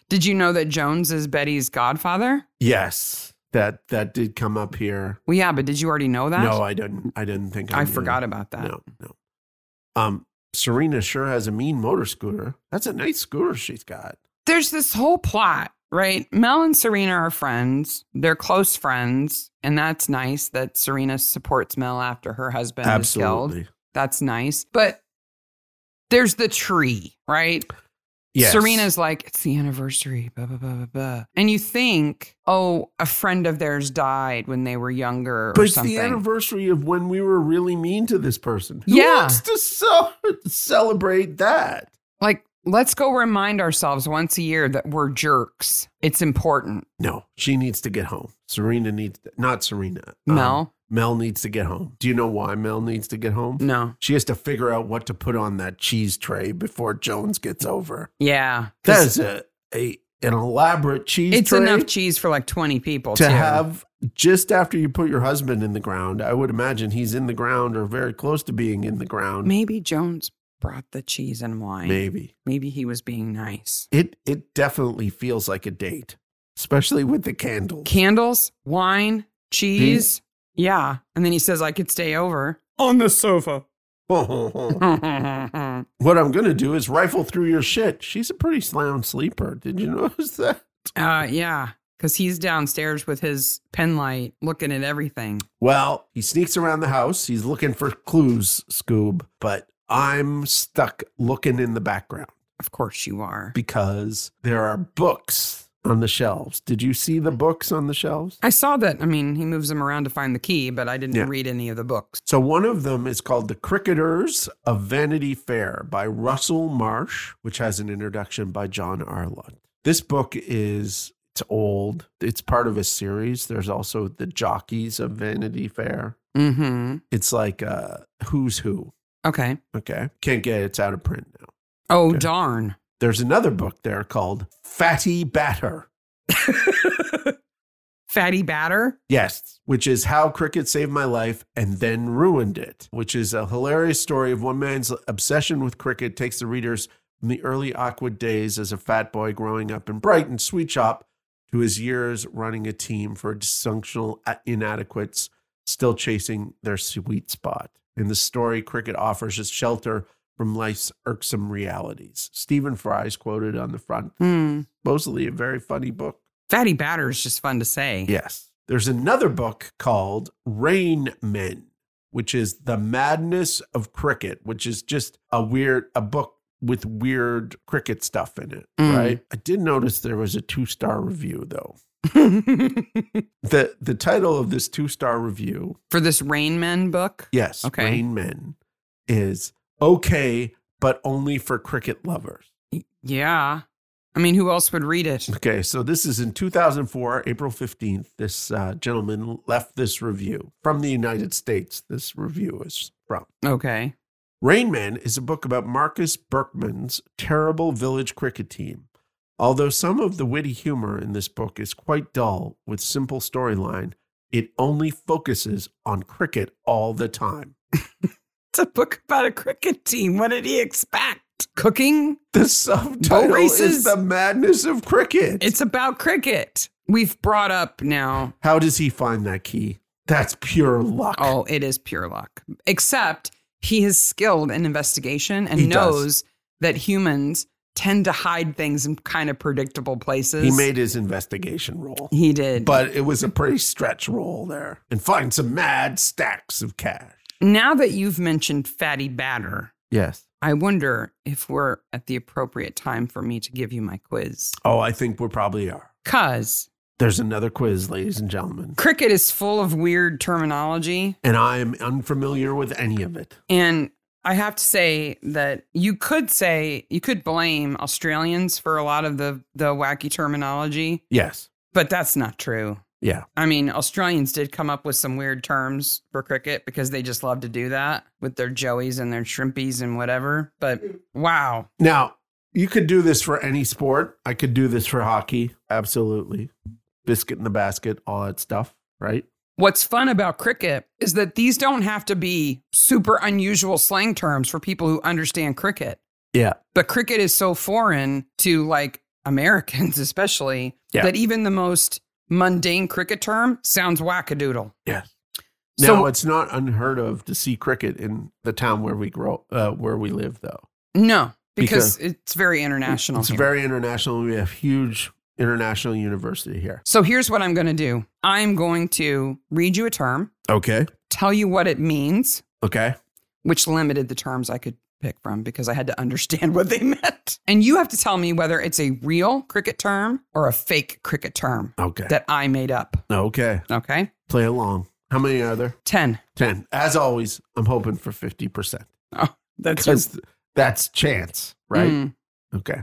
Did you know that Jones is Betty's godfather? Yes, that that did come up here. Well, yeah, but did you already know that? No, I didn't. I didn't think. I, I knew forgot about that. No, no. Um, Serena sure has a mean motor scooter. That's a nice scooter she's got. There's this whole plot, right? Mel and Serena are friends. They're close friends, and that's nice that Serena supports Mel after her husband is killed. Absolutely. That's nice. But there's the tree, right? Yes. Serena's like, it's the anniversary, blah, blah, blah, blah, blah. And you think, oh, a friend of theirs died when they were younger or But it's something. the anniversary of when we were really mean to this person. Who Yeah. wants to ce- celebrate that? like, let's go remind ourselves once a year that we're jerks. It's important. No, she needs to get home. Serena needs to, not Serena. Um, Mel? Mel needs to get home. Do you know why Mel needs to get home? No. She has to figure out what to put on that cheese tray before Jones gets over. Yeah. 'Cause That is a, a an elaborate cheese it's tray enough cheese for like 20 people to too. have just after you put your husband in the ground. I would imagine he's in the ground or very close to being in the ground. Maybe Jones brought the cheese and wine. Maybe. Maybe he was being nice. It it definitely feels like a date, especially with the candles. *laughs* Candles, wine, cheese. Yeah. And then he says, I could stay over. On the *laughs* sofa. I what I'm gonna do is rifle through your shit. She's a pretty sound sleeper. Did you *laughs* notice that? Uh, yeah, because he's downstairs with his pen light looking at everything. Well, he sneaks around the house. He's looking for clues, Scoob, but I'm stuck looking in the background Of course you are. because there are books on the shelves. Did you see the books on the shelves? I saw that. I mean, he moves him around to find the key, but I didn't Yeah. read any of the books. So one of them is called The Cricketers of Vanity Fair by Russell Marsh, which has an introduction by John Arlott. This book is it's old. It's part of a series. There's also The Jockeys of Vanity Fair. Mm-hmm. It's like uh who's who. Okay. Okay. Can't get it. It's out of print now. Oh Okay. *laughs* darn. There's another book there called Fatty Batter. Fatty batter. Yes, which is How Cricket Saved My Life and Then Ruined It, which is a hilarious story of one man's obsession with cricket takes the readers from the early awkward days as a fat boy growing up in Brighton sweet shop to his years running a team for dysfunctional a- inadequates still chasing their sweet spot. In the story, cricket offers us shelter from life's irksome realities. Stephen Fry is quoted on the front, Hmm. supposedly a very funny book. Fatty batter is just fun to say. Yes. There's another book called Rain Men, which is The Madness of Cricket, which is just a weird a book with weird cricket stuff in it, Mm. right? I did notice there was a two-star review though. The the title of this two-star review, *laughs* For this Rain Man book. yes, Okay. Rain Men is okay, but only for cricket lovers. Yeah. I mean, who else would *laughs* read it? Okay, so this is in 2004, April 15th. This uh, gentleman left this review from the United States. This review is from. Okay. Rain Man is a book about Marcus Berkman's terrible village cricket team. Although some of the witty humor in this book is quite dull with simple storyline, it only focuses on cricket all the time. It's a book about a cricket team. What did he expect? Cooking? The subtitle races. is The Madness of Cricket. It's about cricket. We've brought up now. How does he find that key? That's pure luck. Oh, it is pure luck. Except he is skilled in investigation and He does. knows that humans tend to hide things in kind of predictable places. He made his investigation roll. He did. but it was a pretty stretch roll there and find some mad stacks of cash. now that you've mentioned fatty batter, Yes. I wonder if we're at the appropriate time for me to give you my quiz. Oh, I think we probably are. Cause There's another quiz, ladies and gentlemen, cricket is full of weird terminology. and I'm unfamiliar with any of it. And I have to say that you could say, you could blame Australians for a lot of the, the wacky terminology, Yes. but that's not true. Yeah. I mean, Australians did come up with some weird terms for cricket because they just love to do that with their joeys and their shrimpies and whatever. But wow, Now, you could do this for any sport. I could do this for hockey. Absolutely. Biscuit in the basket, all that stuff, right? What's fun about cricket is that these don't have to be super unusual slang terms for people who understand cricket. Yeah. But cricket is so foreign to like Americans, *laughs* especially, Yeah. that even the most mundane cricket term sounds wackadoodle. Yes. Now, uh, So it's not unheard of to see cricket in the town where we grow, uh, where we live, though. no, because, it's very international. It's here. very international. We have huge international university here. so here's what I'm going to do. I'm going to read you a term, Okay. tell you what it means, Okay. which limited the terms I could pick from because I had to understand what they *laughs* meant. And you have to tell me whether it's a real cricket term or a fake cricket term Okay. that I made up. okay. Okay. Play along. How many are there? 10. 10. As always, I'm hoping for 50% That's because that's chance, right? Mm. Okay.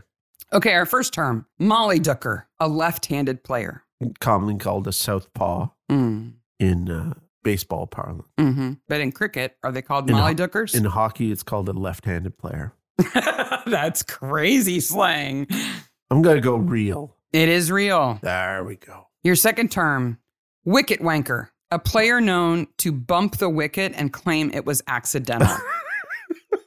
Okay. Our first term Molly Ducker, a left handed player. Commonly called a southpaw Mm. in uh, baseball parlance. hmm But in cricket, are they called mm-hmm. In Molly ho- Duckers? *laughs* In hockey, it's called a left handed player. That's crazy slang. I'm going to go real. It is real. There we go. Your second term, wicket wanker, a player known to bump the wicket and claim it was accidental. *laughs*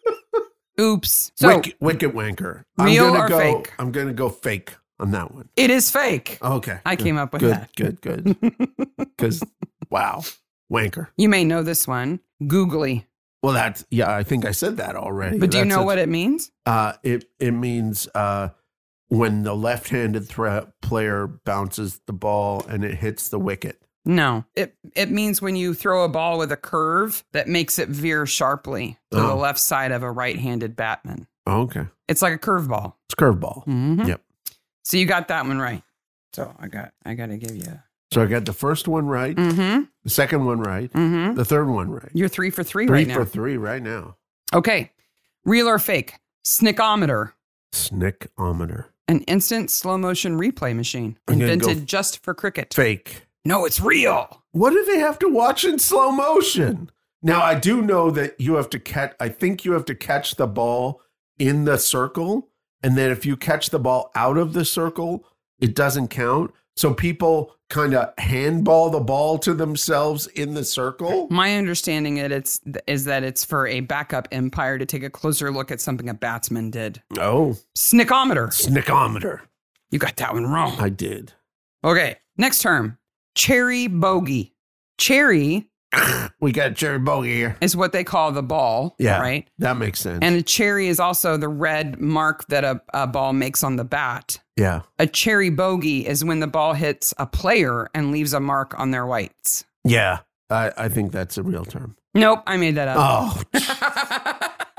Oops. So Wick, wicket wanker. Real I'm gonna or go, fake? I'm going to go fake on that one. it is fake. Okay. I Good. came up with good, that. good, good, *laughs* Because, wow, wanker. You may know this one, googly. Well, that's, yeah, I think I said that already. But do you That's know a- what it means? Uh, it it means uh, when the left-handed thre- player bounces the ball and it hits the wicket. No. It it means when you throw a ball with a curve that makes it veer sharply to the Oh. left side of a right-handed batman. Okay, It's like a curveball. it's curveball. Mhm. Yep. So you got that one right. So I got I got to give you. So I got the first one right, Mhm. the second one right, Mhm. the third one right. You're three for three, Three right for now. three right now. Okay. Real or fake? Snickometer, Snickometer. an instant slow motion replay machine I'm gonna invented go- just for cricket. Fake. No, it's real. What do they have to watch in slow motion? Now I do know that you have to catch. I think you have to catch the ball in the circle, and then if you catch the ball out of the circle, it doesn't count. So people kind of handball the ball to themselves in the circle. My understanding it it's is that it's for a backup umpire to take a closer look at something a batsman did. Oh, Snickometer. snickometer! You got that one wrong. I did. Okay. Next term. Cherry bogey. Cherry we got Jerry Bogey here. is what they call the ball. Yeah. Right. That makes sense. And a cherry is also the red mark that a, a ball makes on the bat. yeah, A cherry bogey is when the ball hits a player and leaves a mark on their whites. yeah. I, I think that's a real term. Nope, I made that up. Oh, *laughs*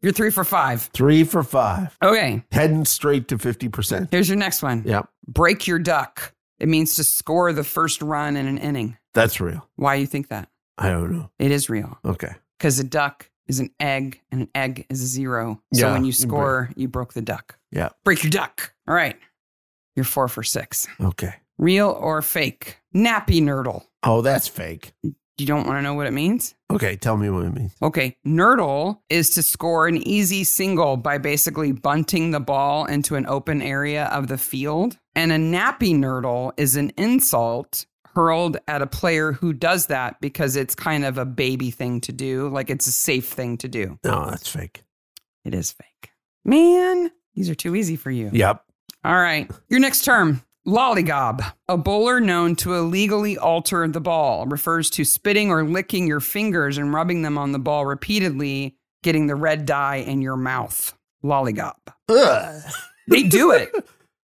You're three for five. three for five, Okay, heading straight to fifty percent. here's your next one. Yep, Break your duck. It means to score the first run in an inning. that's real. Why you think that? I don't know. It is real Okay. because a duck is an egg and an egg is a zero. So Yeah, when you you break- score, you broke the duck. Yeah. Break your duck. All right. You're four for six. Okay. Real or fake? Nappy nurdle. Oh, that's fake. You don't want to know what it means? Okay, tell me what it means. Okay, nurdle is to score an easy single by basically bunting the ball into an open area of the field. And a nappy nurdle is an insult hurled at a player who does that because it's kind of a baby thing to do, like it's a safe thing to do. No, that's fake. It is fake. Man, these are too easy for you. Yep. All right. Your next term, lollygob. A bowler known to illegally alter the ball refers to spitting or licking your fingers and rubbing them on the ball repeatedly, getting the red dye in your mouth. Lollygob. Ugh. They *laughs* do it.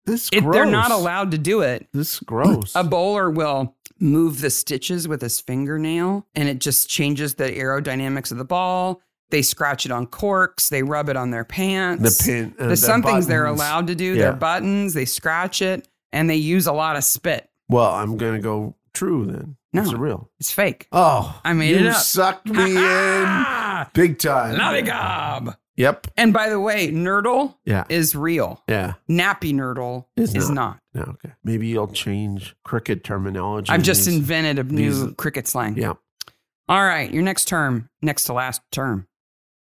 This is if gross. they're not allowed to do it, This is gross. a bowler will move the stitches with his fingernail and it just changes the aerodynamics of the ball. They scratch it on corks, they rub it on their pants. the pin. uh, There's some things they're buttons. allowed to do. Yeah. Their buttons, they scratch it. and they use a lot of spit. Well, I'm gonna go true then. No. It's a real. It's *laughs* fake. Oh, I made you it up. sucked *laughs* me in Ah, big time. Navigob. Yep. And by the way, Nerdle Yeah. is real. Yeah. Nappy Nerdle It's is not. not. No, okay. Maybe you'll change cricket terminology. I've just These- invented a new these- cricket slang. Yeah. All right, your next term, next to last term.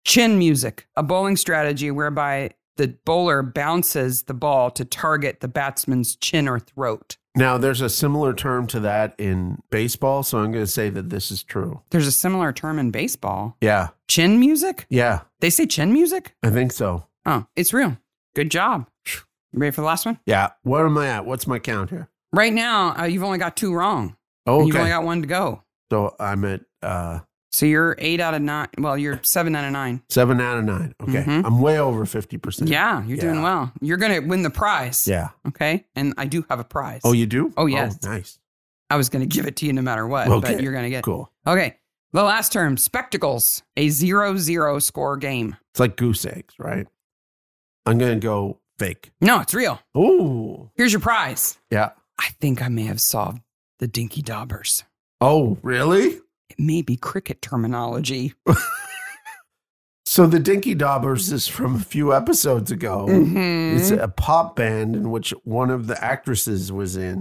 Chin music, a bowling strategy whereby the bowler bounces the ball to target the batsman's chin or throat. Now there's a similar term to that in baseball, so I'm going to say that this is true. There's a similar term in baseball. Yeah. Chin music? Yeah. They say chin music? I think so. Oh, it's real. Good job. You ready for the last one? Yeah. Where am I at? What's my count here? Right now, uh, you've only got two wrong. Oh, and okay. You've only got one to go. so I'm at uh, So you're eight out of nine. Well, you're seven out of nine. seven out of nine. Okay. Mhm. I'm way over 50%. Yeah, you're doing Yeah. well. You're going to win the prize. Yeah. Okay. And I do have a prize. Oh, you do? Oh, yes. nice. I was going to give it to you no matter what, Okay. but you're going to get. Cool. Okay. The last term spectacles, a zero zero score game. It's like goose eggs, right? I'm going to go fake. No, it's real. Oh, Here's your prize. yeah. I think I may have solved the dinky daubers. Oh, really? It may be cricket terminology. So the Dinky Daubers is from a few episodes ago. Mhm. Oh, It's a pop band in which one of the actresses was in,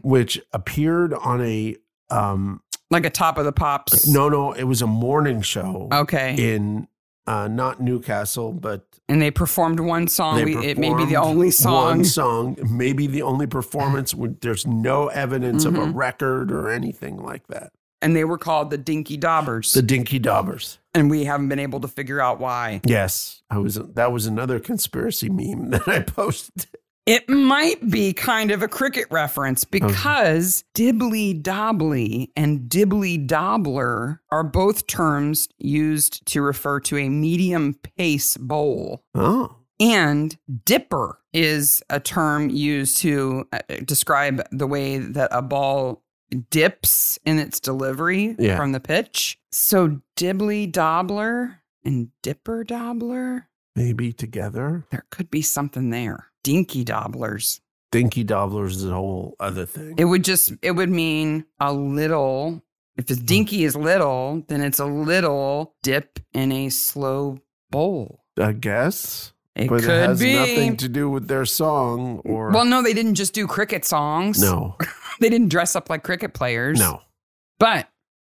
Mhm. which appeared on a um Like a top of the pops. no no it was a morning Oh, show Okay. in uh not Newcastle but and they performed one song. they We, it may be the performed only song. one song maybe the only *laughs* performance when there's no evidence of a Mhm. record or anything like that And they were called the Dinky Daubers. the Dinky Daubers and we haven't been able to figure out why. yes I was that was another conspiracy meme *laughs* that I posted It might be kind of a cricket Oh. reference because dibbly dobbly and dibbly dobbler are both terms used to refer to a medium pace bowl. oh And dipper is a term used to uh, describe the way that a ball dips in its delivery Yeah. from the pitch. So dibbly dobbler and dipper dobbler, maybe together there could be something there. Dinky dobblers. Dinky Daubers is a whole other thing It would just it would mean a little. If Hmm. the dinky is little, then it's a little dip in a slow bowl. I guess It but could it has be. nothing to do with their song or well, no, they didn't just do cricket songs. no they didn't dress up like cricket players. no but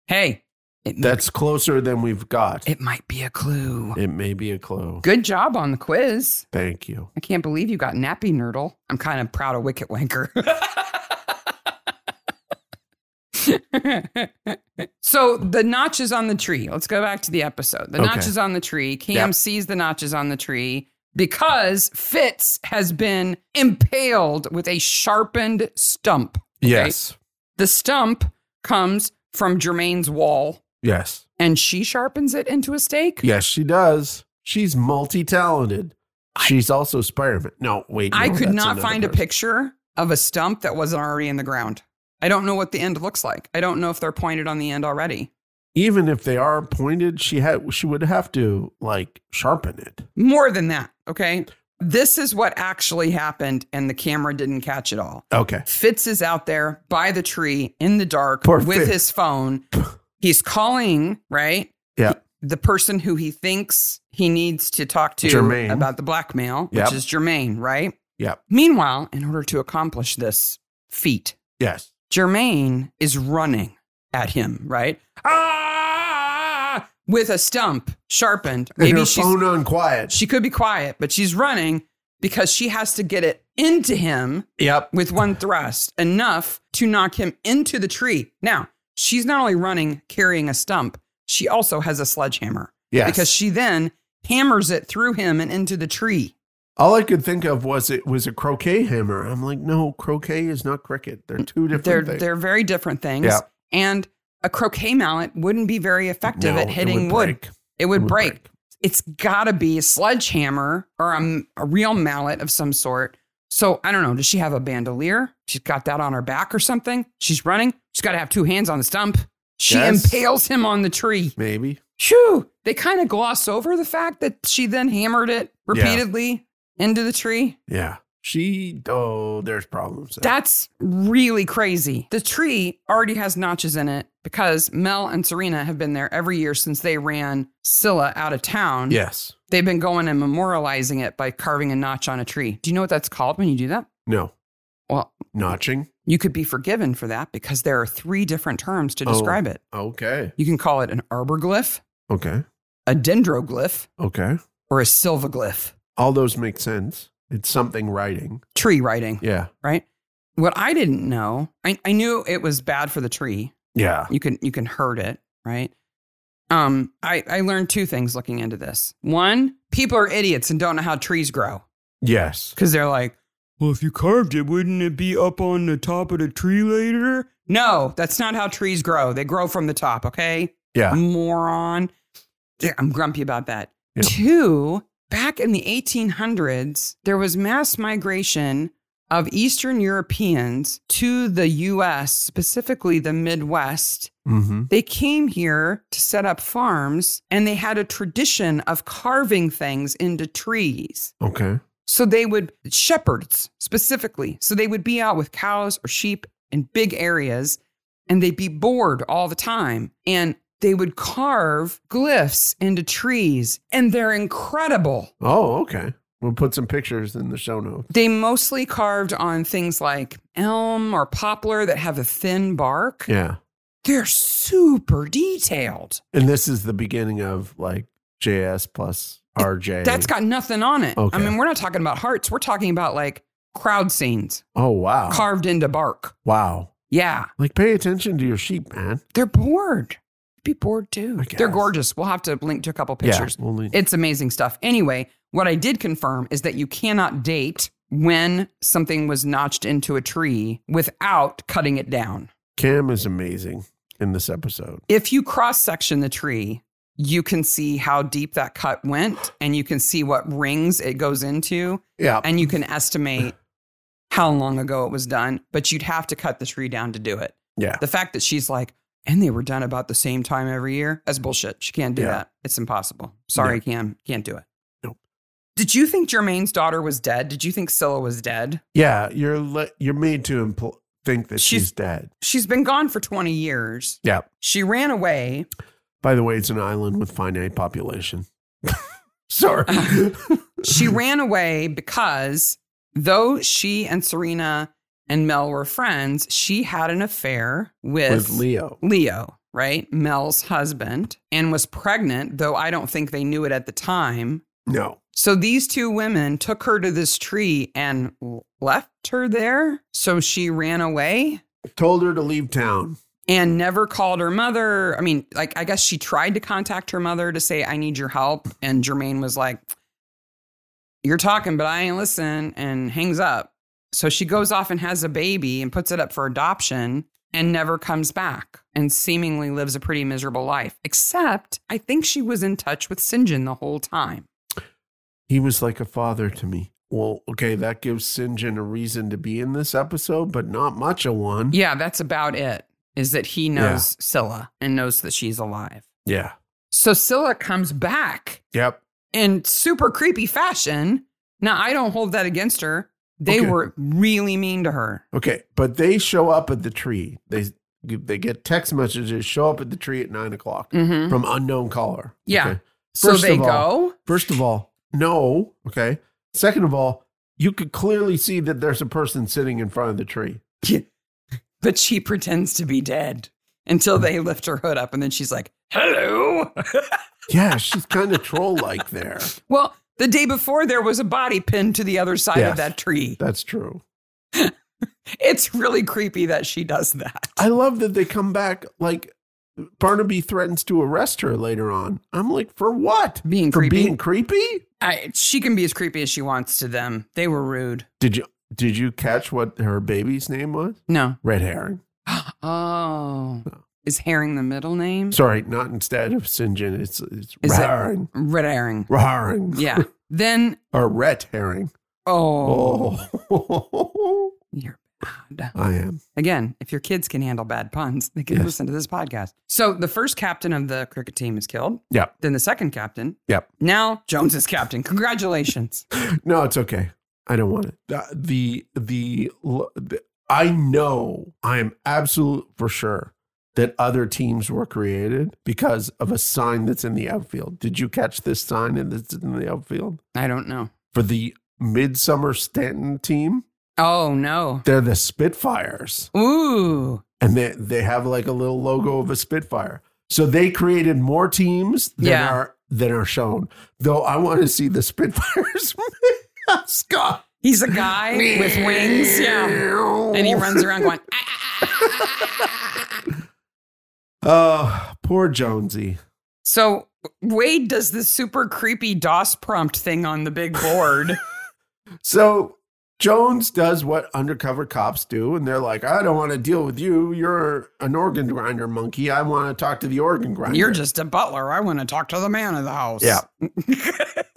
hey, it, that's closer than we've got it might be a clue. it may be a clue Good job on the quiz. thank you I can't believe you got nappy nerdle. I'm kind of proud of Wicket Wanker. *laughs* so the notches on the tree. Let's go back to the episode. The Okay. notches on the tree. Cam Yep. sees the notches on the tree because Fitz has been impaled with a sharpened stump. yes The stump comes from Jermaine's wall, yes and she sharpens it into a stake. yes she does she's multi-talented she's also spider-man no wait I no, could that's not another find a person. picture of a stump that wasn't already in the ground. I don't know what the end looks like. I don't know if they're pointed on the end already. even if they are pointed she had she would have to like sharpen it More than that, okay? This is what actually happened, and the camera didn't catch it all. okay Fitz is out there by the tree in the dark Poor with Fitz. his phone. He's calling, right? Yeah. The person who he thinks he needs to talk to Jermaine. about the blackmail, Yep. which is Jermaine, right? Yep. Meanwhile, in order to accomplish this feat, yes Jermaine is running at him, right? Ah! With a stump sharpened. and Maybe her she's, phone on quiet she could be quiet, but she's running because she has to get it into him yep with one thrust, enough to knock him into the tree. Now, she's not only running carrying a stump, she also has a sledgehammer yes because she then hammers it through him and into the tree. All I could think of was it was a croquet hammer. I'm like, no, croquet is not cricket. They're two different They're, things. they're very different things. Yeah. And a croquet mallet wouldn't be very effective No, at it hitting would wood. break. It would, break. break. It's got to be a sledgehammer or a, a real mallet of some sort. So I don't know. Does she have a bandolier? She's got that on her back or something. She's running. She's got to have two hands on the stump. She Yes. impales him on the tree. Maybe. Phew. They kind of gloss over the fact that she then hammered it repeatedly into the tree. Yeah. She, oh, there's problems. there. That's really crazy. The tree already has notches in it because Mel and Serena have been there every year since they ran Scylla out of town. yes. They've been going and memorializing it by carving a notch on a tree. Do you know what that's called when you do that? No. Well, Notching. you could be forgiven for that because there are three different terms to describe it. Okay. You can call it an arborglyph, Okay. a dendroglyph, Okay. or a silvaglyph. All those make sense. It's something writing. Tree writing, Yeah. right? What I didn't know, I, I knew it was bad for the tree. Yeah. You can you can hurt it, right? Um, I, I learned two things looking into this. One, people are idiots and don't know how trees grow. Yes. Because they're like, well, if you carved it, wouldn't it be up on the top of the tree later? No, that's not how trees grow. They grow from the top, okay? Yeah. Moron. Yeah, I'm grumpy about that. Yeah. Two, back in the 1800s, there was mass migration of Eastern Europeans to the US, specifically the Midwest. Mm-hmm. They came here to set up farms and they had a tradition of carving things into trees. Okay. So they would, shepherds specifically, so they would be out with cows or sheep in big areas and they'd be bored all the time. And they would carve glyphs into trees and they're incredible. Oh, okay. We'll put some pictures in the show notes. They mostly carved on things like elm or poplar that have a thin bark. Yeah. They're super detailed. And this is the beginning of like JS plus RJ. That's got nothing on it. Okay. I mean, we're not talking about hearts, we're talking about like crowd scenes oh wow. carved into bark. wow. Yeah. Like pay attention to your sheep, man. They're bored. Be bored too. I guess. They're gorgeous. We'll have to link to a couple pictures. Yeah. We'll lean- It's amazing stuff. Anyway, what I did confirm is that you cannot date when something was notched into a tree without cutting it down. Cam is amazing in this episode. If you cross section the tree, you can see how deep that cut went and you can see what rings it goes into Yeah. and you can *sighs* estimate how long ago it was done, but you'd have to cut the tree down to do it. yeah. The fact that she's like, and they were done about the same time every year, that's bullshit. She can't do Yeah. that. It's impossible. Sorry, Cam. Can't do it. Nope. Did you think Jermaine's daughter was dead? Did you think Scylla was dead? Yeah. You're le- you're made to impl- think that she's, She's- dead. She's been gone for 20 years. Yeah. She ran *laughs* away. By the way, it's an island with finite population. *laughs* Sorry. Ah, She ran away because though she and Serena and Mel were friends, she had an affair With Leo. Leo, right? Mel's husband, and was pregnant, though I don't think they knew it at the time. No. So these two women took her to this tree and l- left her there. So she ran away Told her to leave town. and never called her mother. I mean, like, I guess she tried to contact her mother to say, I need your help. And Jermaine was like, You're talking, but I ain't listen, and hangs up. So she goes off and has a baby and puts it up for adoption and never comes back and seemingly lives a pretty miserable life. Except I think she was in touch with Sinjin the whole time. He was like a father to me. Well, okay, that gives Sinjin a reason to be in this episode, but not much of one. Yeah, that's about it. Is that he knows Scylla and knows that she's alive. Yeah. So Scylla comes back Yep. in super creepy fashion. Now I don't hold that against her. They Okay. were really mean to her. Okay, but they show up at the tree. They they get text messages. Show up at the tree at nine o'clock Mm-hmm. from unknown caller. Yeah. Okay. So First they of all- go. First of all, no. Okay. Second of all, you could clearly see that there's a person sitting in front of the tree. but she pretends to be dead until they lift her hood up and then she's like, *laughs* hello. Yeah, she's kind of troll like there. well, the day before there was a body pinned to the other side Yes. of that tree. That's true. It's really creepy that she does that. I love that they come back like Barnaby threatens to arrest her later on. I'm like, for what? Being For creepy. being creepy? I, she can be as creepy as she wants to them. They were rude. Did you did you catch what her baby's name was? No. Red herring. Oh. Is herring the middle name? Sorry, not instead of St. John. It's it's Is it- herring, *laughs* Red herring. herring, Yeah. then, or ret herring. oh, Oh, you're bad. *laughs* I am. Again, if your kids can handle bad puns, they can Yes. listen to this podcast. So the first captain of the cricket team is killed. Yep. Then the second captain. Yep. Now Jones is captain. Congratulations. No, it's okay. I don't want it. The- The the, the I know I am absolute for sure that other teams were created because of a sign that's in the outfield. Did you catch this sign in that's in the outfield I don't know. for the Midsummer Stanton team? Oh no. They're the Spitfires, Ooh. and they they have like a little logo of a Spitfire. So they created more teams than Yeah. are than are shown. Though I want to see the Spitfires *laughs* mascot. He's a guy *laughs* with wings. Yeah. And he *laughs* runs around going, "Ah, ah, ah, ah, ah, ah, ah, ah." Oh, poor Jonesy. So Wade does this super creepy DOS prompt thing on the big *laughs* board. So Jones does what undercover cops do, and they're like, I don't want to deal with you. You're an organ grinder monkey. I want to talk to the organ grinder. You're just a butler. I want to talk to the man of the house. Yeah.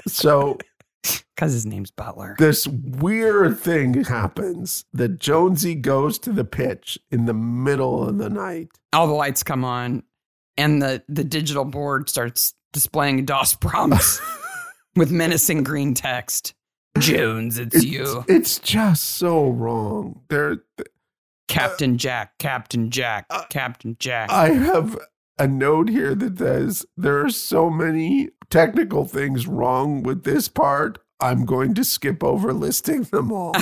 so Because his name's Butler. this weird thing happens that Jonesy goes to the pitch in the middle of the night. All the lights come on and the, the digital board starts displaying *laughs* DOS prompts with menacing green text. Jones, *laughs* it's, you. It's just so wrong. There Captain Jack, Captain Jack, Uh, Captain Jack. I have a note here that says there are so many technical things wrong with this part. I'm going to skip over listing them *laughs* all.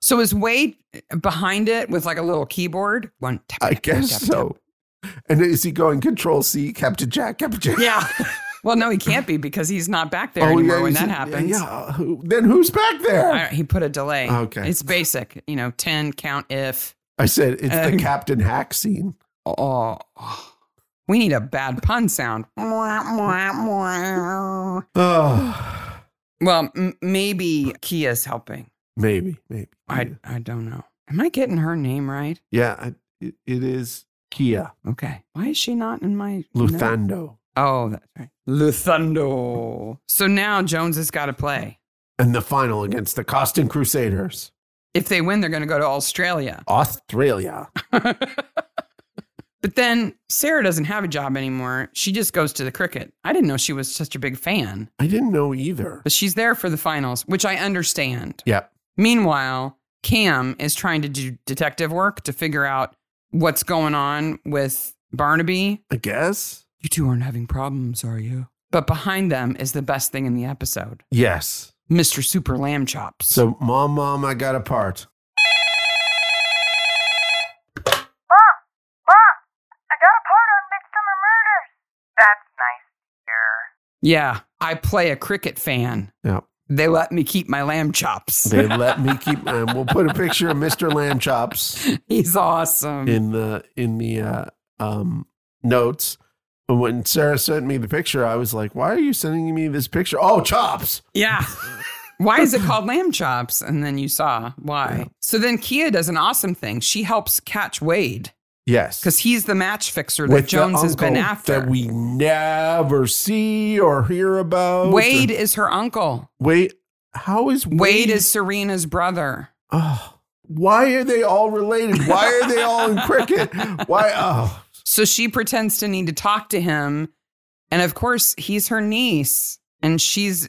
so is Wade behind it with like a little keyboard? One tap, I tap, tap, guess tap, so. And is he going Control C, Captain Jack, Captain Jack? Oh, tap. Yeah. *laughs* Well, no, he can't be because he's not back there anymore when he's- that happens. Yeah. Who- Then who's back there? I- he put a delay. Okay. It's basic, you know, 10 count if. I said it's Um, the Captain Hack *sighs* scene. Oh, we need a bad pun sound. Well, Oh, m- maybe Kia's helping. maybe, maybe. I, I don't know. Am I getting her name right? yeah, I, it, it is Kia Okay. Why is she not in my note? Luthando. Oh, that's right. Luthando. So now Jones has got to play. And the final against the Costin Crusaders, If they win, they're going to go to Australia. Australia. but then Sarah doesn't have a job anymore. She just goes to the cricket. I didn't know she was such a big fan, I didn't know either. but she's there for the finals, which I understand. Yeah. Meanwhile, Cam is trying to do detective work to figure out what's going on with Barnaby. I guess. You two aren't having problems, are you? But behind them is the best thing in the episode Yes. Mr. Super Lamb Chops. So, mom, mom, I got a part. Mom, Mom, I got a part on Midsummer Murders. That's nice to hear. yeah, I play a cricket fan. Yeah. They let me keep my lamb chops. They let me *laughs* keep. And we'll put a picture of Mr. Lamb Chops *laughs* He's awesome. in the in the uh, um, notes. And when Sarah sent me the picture, I was like, "Why are you sending me this picture? Oh, chops! Yeah. Why is it called lamb chops? And then you saw why. Yeah. So then Kia does an awesome thing. She helps catch Wade Yes, because he's the match fixer that With the Jones has been uncle after. that we never see or hear about. Wade or- is her uncle. wait, how is Wade, Wade is Serena's brother. Oh, why are they all related? Why are they all in cricket? Why? Oh, So she pretends to need to talk to him. And of course, he's her niece and she's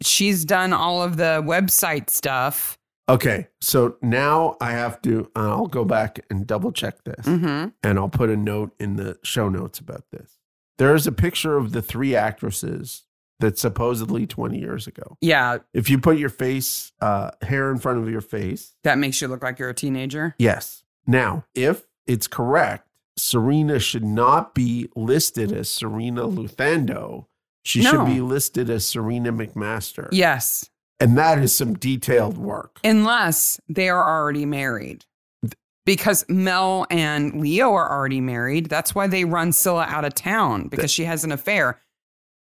she's done all of the website stuff. okay. So now I have to. uh, I'll go back and double check this, Mm-hmm. and I'll put a note in the show notes about this. There is a picture of the three actresses that supposedly 20 years ago. Yeah, If you put your face, uh, hair in front of your face, that makes you look like you're a teenager. Yes. Now, if it's correct, Serena should not be listed as Serena Luthando. She No. should be listed as Serena McMaster. Yes. And that is some detailed work. Unless they are already married. Because Mel and Leo are already married. That's why they run Scylla out of town because she has an affair.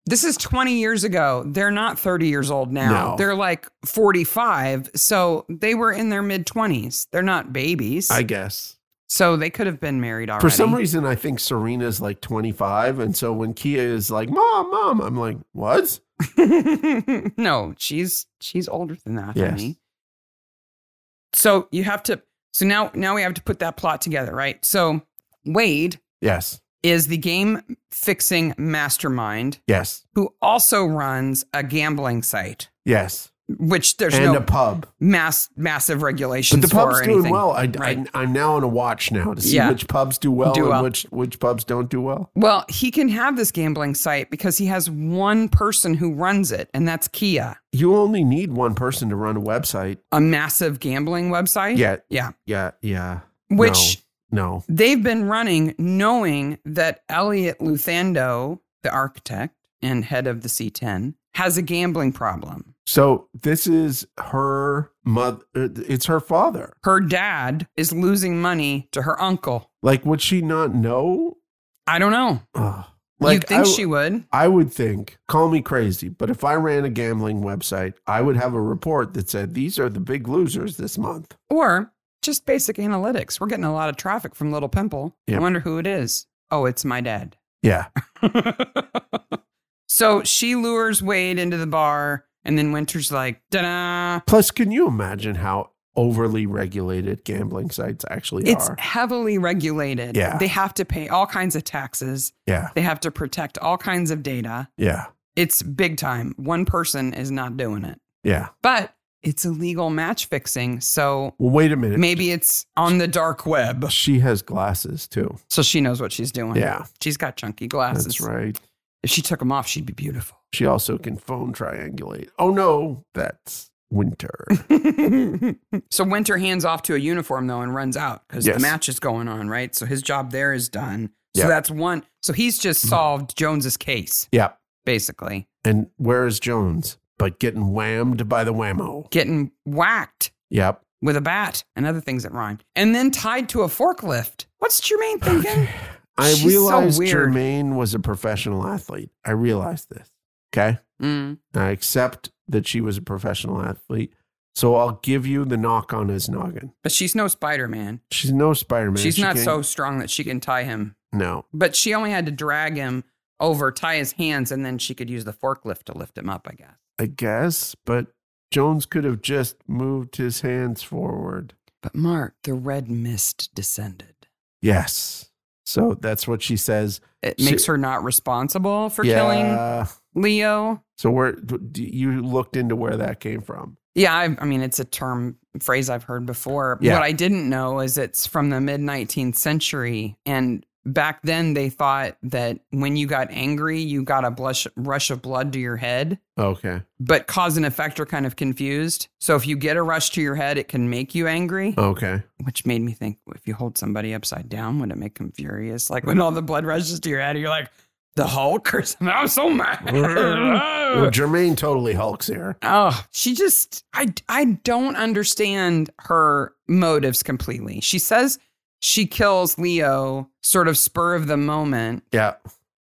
This is 20 years ago. They're not 30 years old now. No. They're like 45. So they were in their mid 20s. They're not babies. I guess. so they could have been married already. For some reason, I think Serena's like 25. And so when Kia is like, Mom, Mom, I'm like, What? reason. *laughs* no, she's she's older than that, Yes. honey. So you have to so now now we have to put that plot together, right? So Wade Yes. is the game fixing mastermind Yes. who also runs a gambling site. Yes. which there's and no a pub. mass massive regulations The for pub's or doing anything. well. I, Right. I, am now on a watch now to see Yeah. which pubs do well Do and well. which which pubs don't do well. Well, he can have this gambling site because he has one person who runs it, and that's Kia, You only need one person to run a website. a massive gambling website. Yeah, Yeah. yeah, yeah. Which No, they've been running knowing that Elliot Luthando, the architect and head of the C10, has a gambling problem. so this is her mother. It's her father. Her dad is losing money to her uncle. Like, would she not know? I don't know. Ugh. you think I, she would? I would think, call me crazy, but if I ran a gambling website, I would have a report that said these are the big losers this month. Or just basic analytics. We're getting a lot of traffic from Little Pimple. Yeah. I wonder who it is. Oh, it's my *laughs* dad. Yeah. so she lures Wade into the bar, and then Winter's like, da da. Plus, can you imagine how overly regulated gambling sites actually It's are? heavily regulated. Yeah. They have to pay all kinds of taxes, Yeah. they have to protect all kinds of data. Yeah. It's big time. One person is not doing it, Yeah. but it's illegal match fixing. So Well, wait a minute. maybe it's on the dark web. She has glasses too. So she knows what she's doing. Yeah. She's got chunky glasses. That's right. If she took them off, she'd be beautiful. *laughs* She also can phone triangulate. Oh, no. That's *laughs* winter. so Winter hands off to a uniform though and runs out because Yes. the match is going on, right? So his job there is done. So Yeah. Mm-hmm. that's one. So he's just solved Jones's case, yeah. basically And where is Jones? But getting whammed by the whammo. getting whacked Yep. with a bat and other things that rhyme, and then tied to a forklift. What's Jermaine thinking? I She's so realized weird. Jermaine was a professional athlete. I realized this. Okay. Mm. I accept that she was a professional athlete. So I'll give you the knock on his noggin. But she's no Spider Man. She's no Spider Man. She's not so strong that she can tie him. No. But she only had to drag him over, tie his hands, and then she could use the forklift to lift him up. I guess. I guess, but Jones could have just moved his hands forward. But Mark, the red mist descended. Yes. So that's what she says. It So- makes her not responsible for killing yeah. Leo. So where d- you looked into where that came from? Yeah, I, I mean, it's a term phrase I've heard before. Yeah. What I didn't know is it's from the mid 19th century. And back then, they thought that when you got angry, you got a blush, rush of blood to your head. Okay. But cause and effect are kind of confused. So if you get a rush to your head, it can make you angry, Okay. which made me think if you hold somebody upside down, would it make them furious? Like when all the blood rushes to your head, you're like, the Hulk or something. I'm so mad. *laughs* Well, Jermaine totally hulks here. Oh, she just I I don't understand her motives completely. She says she kills Leo sort of spur of the moment Yeah.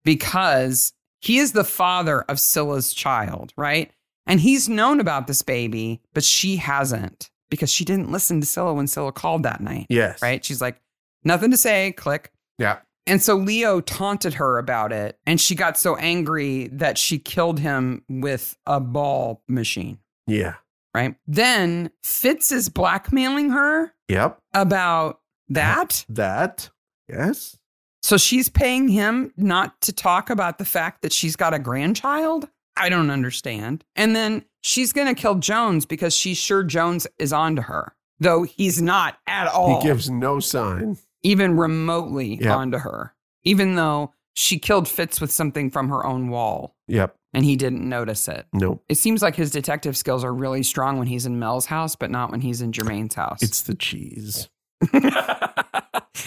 because he is the father of Scylla's child, right? And he's known about this baby, but she hasn't because she didn't listen to Scylla when Scylla called that night, Yes. right? She's like, nothing to say, click. Yeah. And so Leo taunted her about it, and she got so angry that she killed him with a ball machine Yeah. right? Then Fitz is blackmailing her Yep. about that. That. Yes. So she's paying him not to talk about the fact that she's got a grandchild. I don't understand. And then she's going to kill Jones because she's sure Jones is onto her, though he's not at all, He gives no sign. even remotely Yeah. onto her, even though she killed Fitz with something from her own wall Yep. and he didn't notice it. Nope. It seems like his detective skills are really strong when he's in Mel's house, but not when he's in Jermaine's house. It's the cheese. *laughs*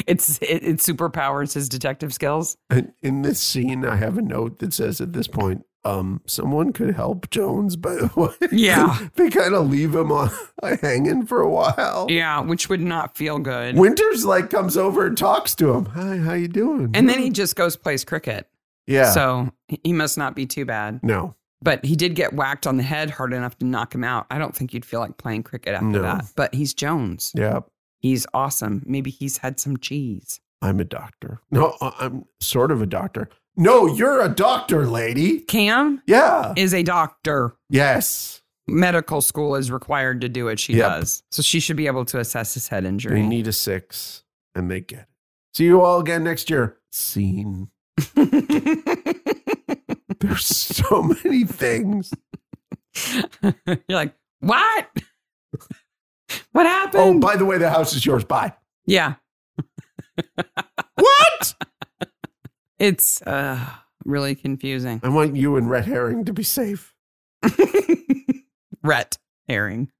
it's it, it superpowers his detective skills. And in this scene, I have a note that says at this point, um, someone could help Jones, by *laughs* the way. Yeah. they kind of leave him on *laughs* hanging for a while. Yeah, which would not feel good. Winters like comes over and talks to him. Hi, how you doing? and then he just goes plays cricket. Yeah. So he- he must not be too bad. no. But he did get whacked on the head hard enough to knock him out. I don't think you'd feel like playing cricket after No. that. But he's Jones. Yeah. He's awesome. Maybe he's had some cheese. I'm a doctor. No, I- I'm sort of a doctor. No, you're a doctor, lady. Cam Yeah. is a doctor. yes. Medical school is required to do it. She Yep. does. So she should be able to assess his head injury. They need a six and they get it. See you all again next year. Scene. *laughs* *laughs* There's so many things. *laughs* You're like, what? *laughs* what happened? Oh, by the way, the house is yours. Bye. yeah. What? It's uh, *laughs* really confusing. I want you and Red Herring to be safe. Rhett Herring.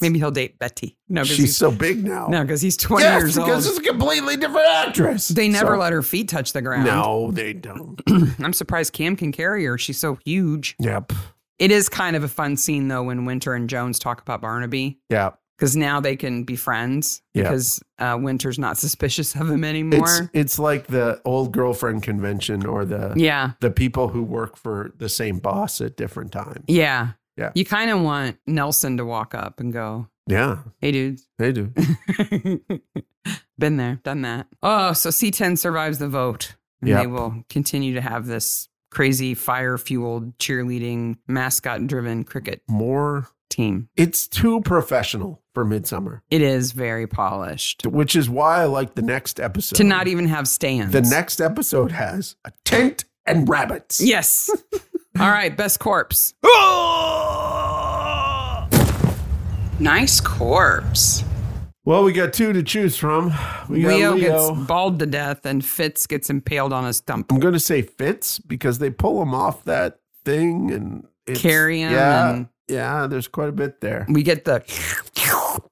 Maybe he'll date Betty. No, because She's he's, so big now. no, 'cause he's 20 yes, years old. because it's a completely different actress. They never So- let her feet touch the ground. No, they don't. I'm surprised Cam can carry her. She's so huge. yep. It is kind of a fun scene though when Winter and Jones talk about Barnaby Yep. because now they can be friends Yeah. because uh, Winter's not *laughs* suspicious of him It's anymore. it's like the old girlfriend convention or the yeah. the people who work for the same boss at different times. Yeah. Yeah. You kind of want Nelson to walk up and go, Yeah, hey, dudes. *laughs* they do. Been there, done that. Oh, so C10 survives the vote. And Yep. they will continue to have this crazy fire fueled cheerleading mascot driven cricket More. team. It's too professional for Midsummer, It is very polished which is why I like the next episode. to not even have stands. the next episode has a tent and rabbits. Yes. *laughs* All right, best corpse. Nice corpse. Well, we got two to choose from. We got Leo, Leo. gets balled to death and Fitz gets impaled on a stump. I'm going to say Fitz because they pull him off that thing and it's, Carry him Yeah, and- yeah. There's quite a bit there. We get the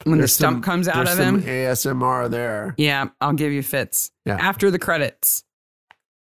when the There's stump some- comes out there's of some him. ASMR there. Yeah, I'll give you Fitz. Yeah. After the credits,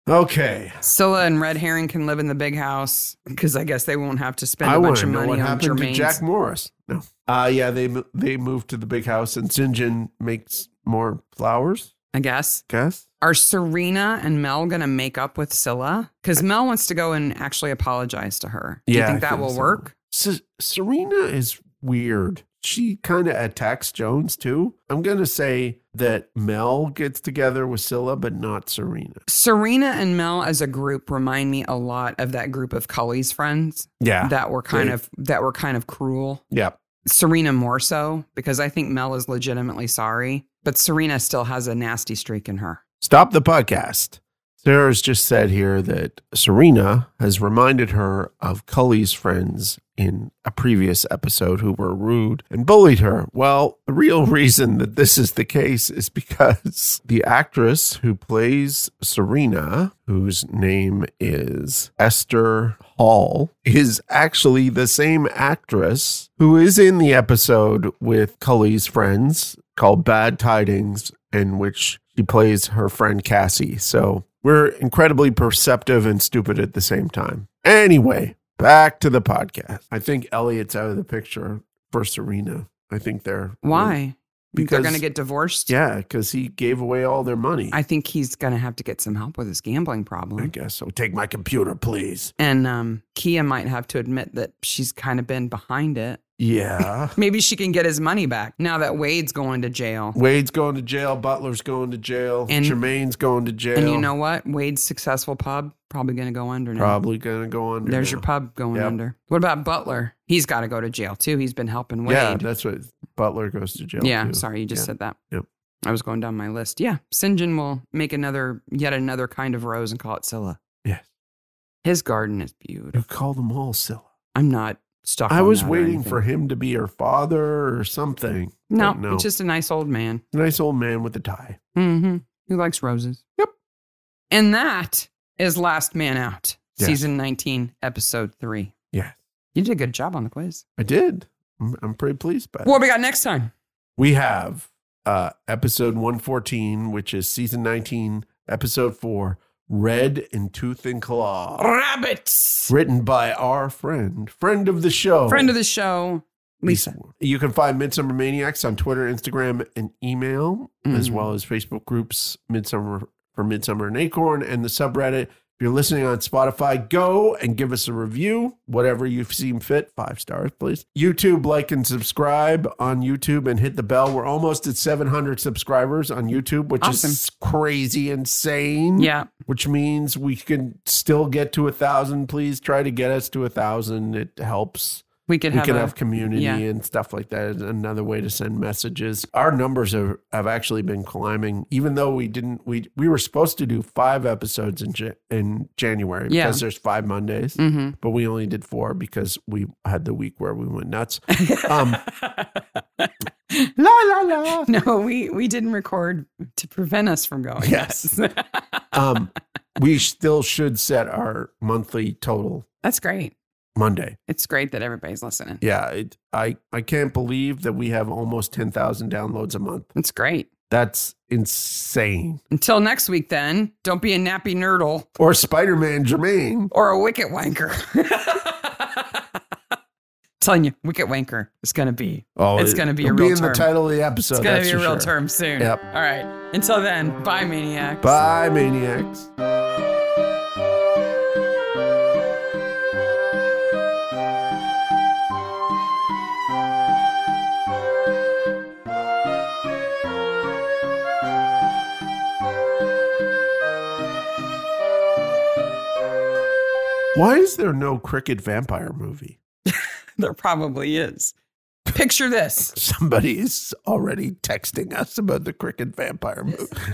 Okay. Scylla and Red Herring can live in the big house because I guess they won't have to spend I a want bunch to of know money what on happened to Jermaine's. Jack Morris. No. Uh, yeah, they mo- they moved to the big house and Sinjin makes more flowers, I guess. guess. Are Serena and Mel gonna make up with Scylla? Because Mel wants to go and actually apologize to her. Do Yeah, you think I that think will so. work? Se- Serena is weird. She kind of attacks Jones too. I'm going to say that Mel gets together with Scylla, but not Serena. Serena and Mel as a group remind me a lot of that group of Cully's friends Yeah. that were kind Right. of that were kind of cruel. yeah. Serena more so because I think Mel is legitimately sorry, but Serena still has a nasty streak in her. Stop the podcast. Sarah's just said here that Serena has reminded her of Cully's friends in a previous episode who were rude and bullied her. Well, the real *laughs* reason that this is the case is because *laughs* the actress who plays Serena, whose name is Esther Hall, is actually the same actress who is in the episode with Cully's friends called Bad Tidings, in which she plays her friend Cassie. So we're incredibly perceptive and stupid at the same time. Anyway, back to the podcast. I think Elliot's out of the picture for Serena. I think they're Why? Because they're Because- going to get divorced. Yeah, because he gave away all their money. I think he's going to have to get some help with his gambling I problem. guess so. Take my computer, please. And um, Kia might have to admit that she's kind of been behind it. Yeah. *laughs* Maybe she can get his money back now that Wade's going to jail. Wade's going to jail. Butler's going to jail. And- Jermaine's going to jail. And you know what? Wade's successful pub probably going to go under now. probably going to go under. There's now. your pub going Yep. under. What about Butler? He's got to go to jail too. He's been helping Wade. Yeah, that's what Butler goes to jail. Yeah, too. sorry, you just Yeah. said that. Yep. I was going down my list. Yeah, Sinjin will make another, yet another kind of rose and call it Scylla. Yes. His garden is You beautiful. call them all Scylla. I'm not stuck. I on was that or waiting for anything. him to be her father or something. No, but no. it's just a nice old man Nice old man with a tie. hmm who likes roses. Yep. And that is Last Man Out, Yes. season 19, episode three. Yes. You did a good job on the quiz. I did. I'm, I'm pretty pleased by that. What we got next time? we have uh, episode 114, which is season 19, episode 4, Red and Tooth and Claw, Rabbits. written by our friend, friend of the show. Friend of the show, Lisa. You can find Midsummer Maniacs on Twitter, Instagram, and email, as Mhm. well as Facebook groups Midsummer for Midsummer and Acorn and the subreddit. If you're listening on Spotify, go and give us a review, whatever you've seen fit. Five stars, please. YouTube, like and subscribe on YouTube and hit the bell. We're almost at 700 subscribers on YouTube, which is Awesome. crazy insane Yeah. which means we can still get to a thousand. Please try to get us to a thousand. It helps. We could we have, can a, have community yeah. and stuff like that is another way to send messages our numbers have, have actually been climbing even though we didn't we we were supposed to do five episodes in Ja- in january Yeah. because there's five mondays *laughs* Mhm. but we only did four because we had the week where we went *laughs* nuts um la la la No, we we didn't record to prevent us from going. Yes. um we still should set our monthly total *laughs* That's great. monday It's great that everybody's listening. yeah it, i i can't believe that we have almost 10000 downloads a month It's great. that's insane Until next week, then, don't be a nappy nerdle or Spider Man Jermaine. or a wicket wanker. *laughs* Telling you, wicket wanker is going to be. Oh, It's gonna be a it'll real in the term. title of the episode. It's going Oh, that's to be a for real sure. term soon. Yep. All right. Until then, bye, maniacs. Bye, maniacs. Why is there no cricket vampire movie? *laughs* There probably is. Picture this. Somebody is already texting us about the cricket vampire movie.